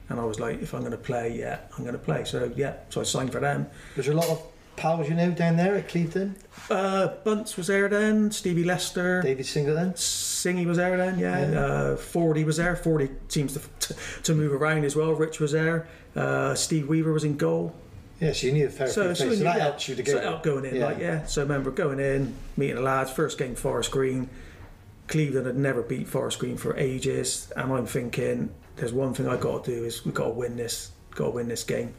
S3: And I was like, if I'm going to play, yeah, I'm going to play. So yeah, so I signed for them.
S2: There's a lot of pals you know down there at Clevedon.
S3: Uh, Bunce was there then. Stevie Lester.
S2: David Singleton.
S3: Singy was there then, yeah.
S2: Yeah.
S3: Uh, Fordy was there. Fordy seems to, to move around as well. Rich was there. Uh, Steve Weaver was in goal.
S2: Yeah, so you knew a fair few faces.
S3: when
S2: So
S3: you-
S2: that
S3: yeah,
S2: helps you to
S3: so
S2: go.
S3: it helped going in,
S2: Yeah.
S3: like yeah. So I remember going in, meeting the lads. First game, Forest Green. Cleveland had never beat Forest Green for ages, and I'm thinking, there's one thing I got to do is we got to win this, got to win this game.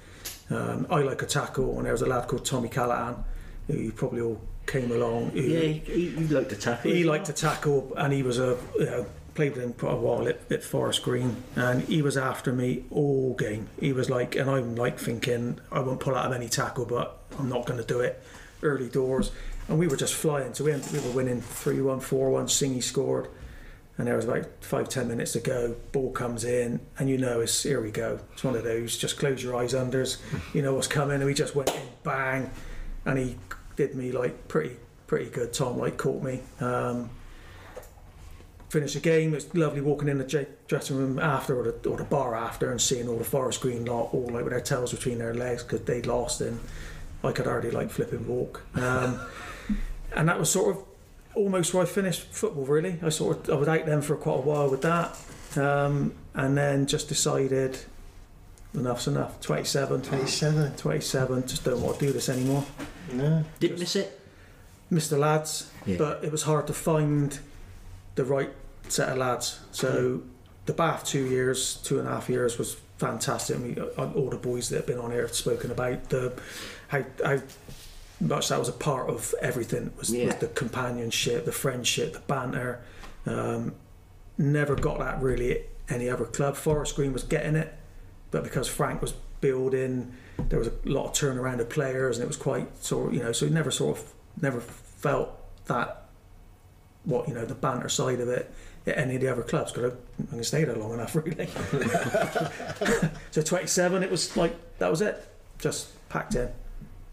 S3: Um, I like a tackle, and there was a lad called Tommy Callahan, who you probably all came along. Who,
S1: Yeah, he, he, he liked to tackle.
S3: he
S1: as
S3: liked to tackle, and he was a you know, played with him for a while at, at Forest Green, and he was after me all game. He was like, and I'm like thinking I won't pull out of any tackle, but I'm not going to do it. Early doors, and we were just flying. So we ended, we were winning three one, four one. Singy scored, and there was about five ten minutes to go. Ball comes in, and you know it's here we go. It's one of those just close your eyes unders. You know what's coming, and we just went in, bang, and he did me like pretty pretty good. Tom like caught me. Um, finished the game. It was lovely walking in the j- dressing room after or the, or the bar after and seeing all the Forest Green lot all like with their tails between their legs because they'd lost and I could already like flip and walk. Um, [LAUGHS] and that was sort of almost where I finished football. Really, I sort of I was out then for quite a while with that, um, and then just decided enough's enough. 27,
S2: 27.
S3: 27, just don't want to do this anymore.
S2: No.
S1: well. Didn't miss it.
S3: Missed the lads,
S1: Yeah.
S3: but it was hard to find the right set of lads. So the Bath two years, two and a half years was fantastic. We, uh, all the boys that have been on here have spoken about the how how much that was a part of everything was, was
S1: Yeah.
S3: the companionship, the friendship, the banter. Um, never got that really at any other club. Forest Green was getting it, but because Frank was building, there was a lot of turnaround of players, and it was quite sort of you know. So we never sort of never felt that what you know the banter side of it at any of the other clubs because I haven't stayed there long enough [LAUGHS] really. so 27, it was like that was it, just packed in,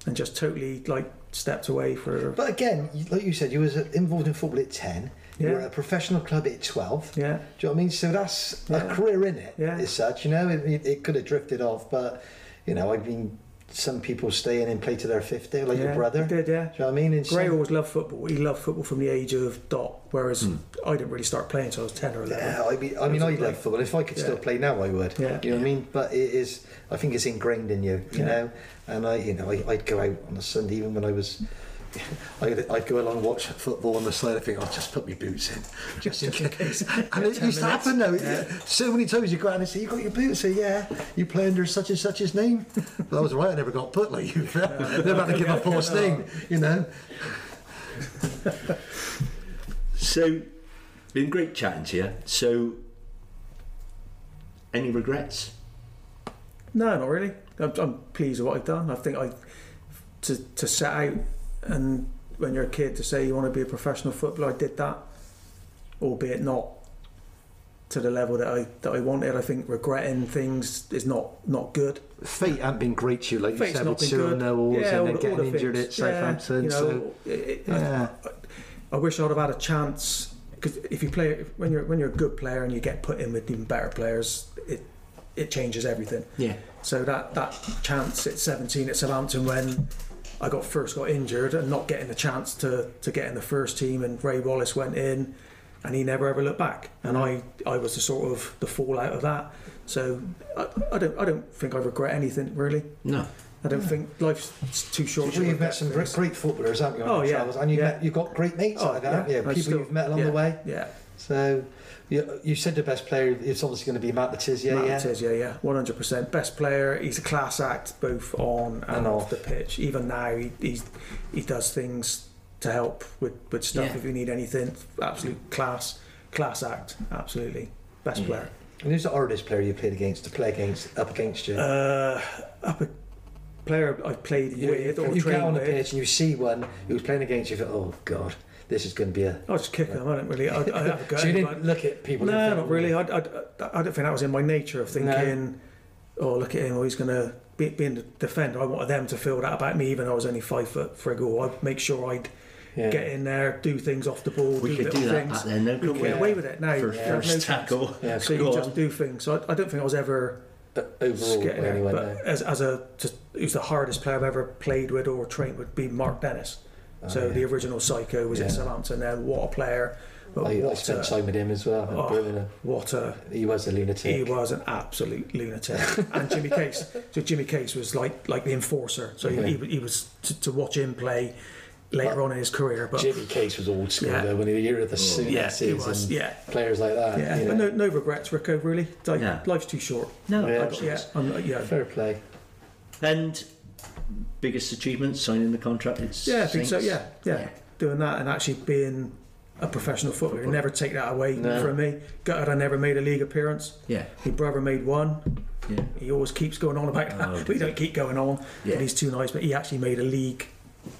S3: and just totally like stepped away for
S2: But again, you- like you said, you was involved in football at 10. You
S3: Yeah.
S2: were at a professional club at 12.
S3: yeah.
S2: Do you know what I mean? So that's a
S3: Yeah.
S2: career in it,
S3: Yeah.
S2: as such. You know, it, it, it could have drifted off, but, you know, I've been some people stay in and play to their 50, like your
S3: yeah,
S2: brother. Do you
S3: did yeah.
S2: know what I mean? And
S3: Gray
S2: some-
S3: always loved football. He loved football from the age of dot, whereas I didn't really start playing until I was ten or eleven.
S2: Hmm. Yeah, I mean, I mean, I love football. If I could still
S3: Yeah.
S2: play now, I would.
S3: Yeah.
S2: You know what I mean? But it is, I think it's ingrained in you, you
S3: Yeah.
S2: know. And I, you know, I, I'd go out on a Sunday, even when I was, [LAUGHS] I'd, I'd go along and watch football on the side. I think I'll just put my boots in, [LAUGHS] just in
S3: [LAUGHS]
S2: case. And it used to happen though. So many times you go out and say, "You got your boots?" Say, "Yeah." You play under such and such his
S3: [LAUGHS]
S2: name. But I was right. I never got put like [LAUGHS] you. never had to give a
S3: [LAUGHS]
S2: false name. You know.
S1: So, been great chatting to you. So, any regrets?
S3: No, not really. I'm, I'm pleased with what I've done. I think I to to set out and when you're a kid to say you want to be a professional footballer, I did that, albeit not to the level that I that I wanted. I think regretting things is not not good.
S2: Fate hadn't been great to you, like
S3: Fate's
S2: you said,
S3: not
S2: with
S3: been
S2: Cyril
S3: good.
S2: Knowles
S3: yeah, all
S2: and
S3: the-
S2: then
S3: all
S2: getting
S3: the
S2: injured
S3: things.
S2: at
S3: Yeah,
S2: Southampton.
S3: you know,
S2: so
S3: it- it- I-
S2: yeah,
S3: I wish I'd have had a chance because if you play if- when you're when you're a good player and you get put in with even better players, it it changes everything.
S1: Yeah.
S3: So that that chance at 17 at Southampton when I got first got injured and not getting the chance to to get in the first team and Ray Wallace went in and he never ever looked back and I I was the sort of the fallout of that. So I, I don't I don't think I regret anything really.
S1: No.
S3: I don't think life's too short.
S2: Well,
S3: to
S2: you've met
S3: regret
S2: some
S3: things.
S2: great, great footballers, haven't you? on
S3: Oh,
S2: your
S3: yeah,
S2: travels? and you've
S3: yeah.
S2: met, you've got great mates,
S3: Oh,
S2: out there, haven't
S3: yeah,
S2: you?
S3: I
S2: People
S3: still-
S2: you've met along
S3: yeah,
S2: the way.
S3: Yeah.
S2: So you, you said the best player is obviously going to be Matt Letizia,
S3: Matt
S2: yeah?
S3: Letizia, yeah, one hundred percent. Best player. He's a class act, both on and,
S2: And
S3: off.
S2: off.
S3: the pitch. Even now, he he's, he does things to help with with stuff
S2: Yeah.
S3: if you need anything. Absolute class, class act. Absolutely, best
S1: Yeah.
S3: player.
S2: And who's the hardest player you played against to play against up against you?
S3: Uh, up a player I've played
S2: you
S3: with or
S2: you go
S3: trained
S2: on the
S3: with.
S2: pitch and you see one who's playing against you. You think, oh god, this is going to be a.
S3: I just kick them. I don't really. I, I
S2: [LAUGHS]
S3: have a go.
S2: so you
S3: but-
S2: didn't look at people. and
S3: no,
S2: think,
S3: not really. I, I, I don't think that was in my nature of thinking, oh, look at him, oh, he's going to be being the defender. I wanted them to feel that about me, even though I was only five foot friggle. I'd make sure I'd
S2: Yeah.
S3: get in there, do things off the ball,
S1: We
S3: do
S1: could
S3: little
S1: do that
S3: things.
S1: back then, though,
S3: You
S1: couldn't
S3: could
S1: we?
S3: get away with it. Now,
S1: for
S3: you have no
S1: first tackle.
S2: Yeah.
S3: So you
S1: Go
S3: just
S1: on.
S3: do things. So I, I don't think I was ever
S2: But overall,
S3: getting there.
S2: anyone.
S3: but
S2: no.
S3: as, as a, just, who's the hardest player I've ever played with or trained would be Mark Dennis.
S2: Oh,
S3: so
S2: yeah.
S3: the original Psycho was
S2: Yeah.
S3: at Southampton. There, what a player! But
S2: I, I
S3: what
S2: spent
S3: a,
S2: time with him as well.
S3: Oh.
S2: Brilliant.
S3: what a
S2: He was a lunatic.
S3: He was an absolute lunatic. and Jimmy Case, so Jimmy Case was like like the enforcer. So
S2: Yeah.
S3: he, he was to, to watch him play later on in his career. But
S2: Jimmy Case was old school
S3: Yeah.
S2: though. When he the year of the oh,
S3: yeah, he was. Yeah,
S2: players like that.
S3: yeah.
S2: you
S3: But
S2: know.
S3: no, no regrets, Rico. Really, like,
S1: No.
S3: life's too short.
S1: No,
S2: Yeah.
S1: I
S3: But
S1: got
S3: yeah,
S1: this.
S3: I'm, not- yeah.
S2: Fair play.
S1: And biggest achievement signing the contract. It's
S3: Yeah, I think so.
S1: Saints.
S3: Yeah, yeah,
S1: Yeah.
S3: Doing that and actually being a professional footballer,
S1: Footballer.
S3: never take that away
S2: No.
S3: from me. Gutted I never made a league appearance.
S1: Yeah,
S3: My brother made one.
S1: yeah.
S3: He always keeps going on about that,
S1: Oh,
S3: but he don't keep going on.
S1: Yeah.
S3: And he's too nice. But he actually made a league.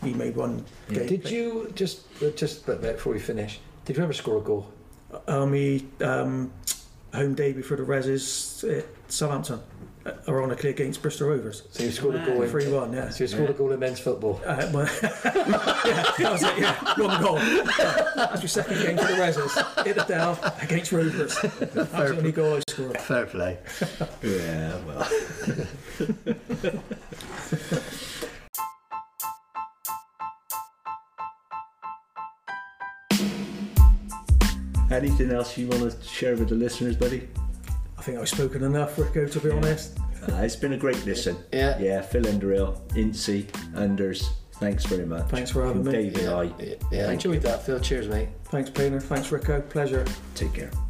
S3: He made one.
S1: Yeah.
S3: game.
S2: Did you just uh, just but before we finish? Did you ever score a goal?
S3: Um, he, um, home debut for the Reses at Southampton, uh, ironically against Bristol Rovers,
S2: So you scored a
S1: Wow.
S2: goal in.
S3: three one. Yeah.
S2: So you scored a
S1: Yeah.
S2: goal in men's football.
S3: Uh, well, [LAUGHS] yeah, that was it. Yeah, one goal. Uh, That's your second game for the Reses at the Dell against Rovers. That's the only goal I scored.
S2: Fair play.
S1: Yeah, well. [LAUGHS] Anything else you want to share with the listeners, buddy?
S3: I think I've spoken enough, Rico. To be honest,
S1: Uh, it's been a great listen.
S2: Yeah.
S1: Yeah, Phil Enderill, Incy, Anders, thanks very much.
S3: Thanks for having
S1: And
S3: me.
S1: David, I
S2: Yeah, enjoyed that, Phil. Cheers, mate.
S3: thanks, Painter. Thanks, Rico. Pleasure.
S1: take care.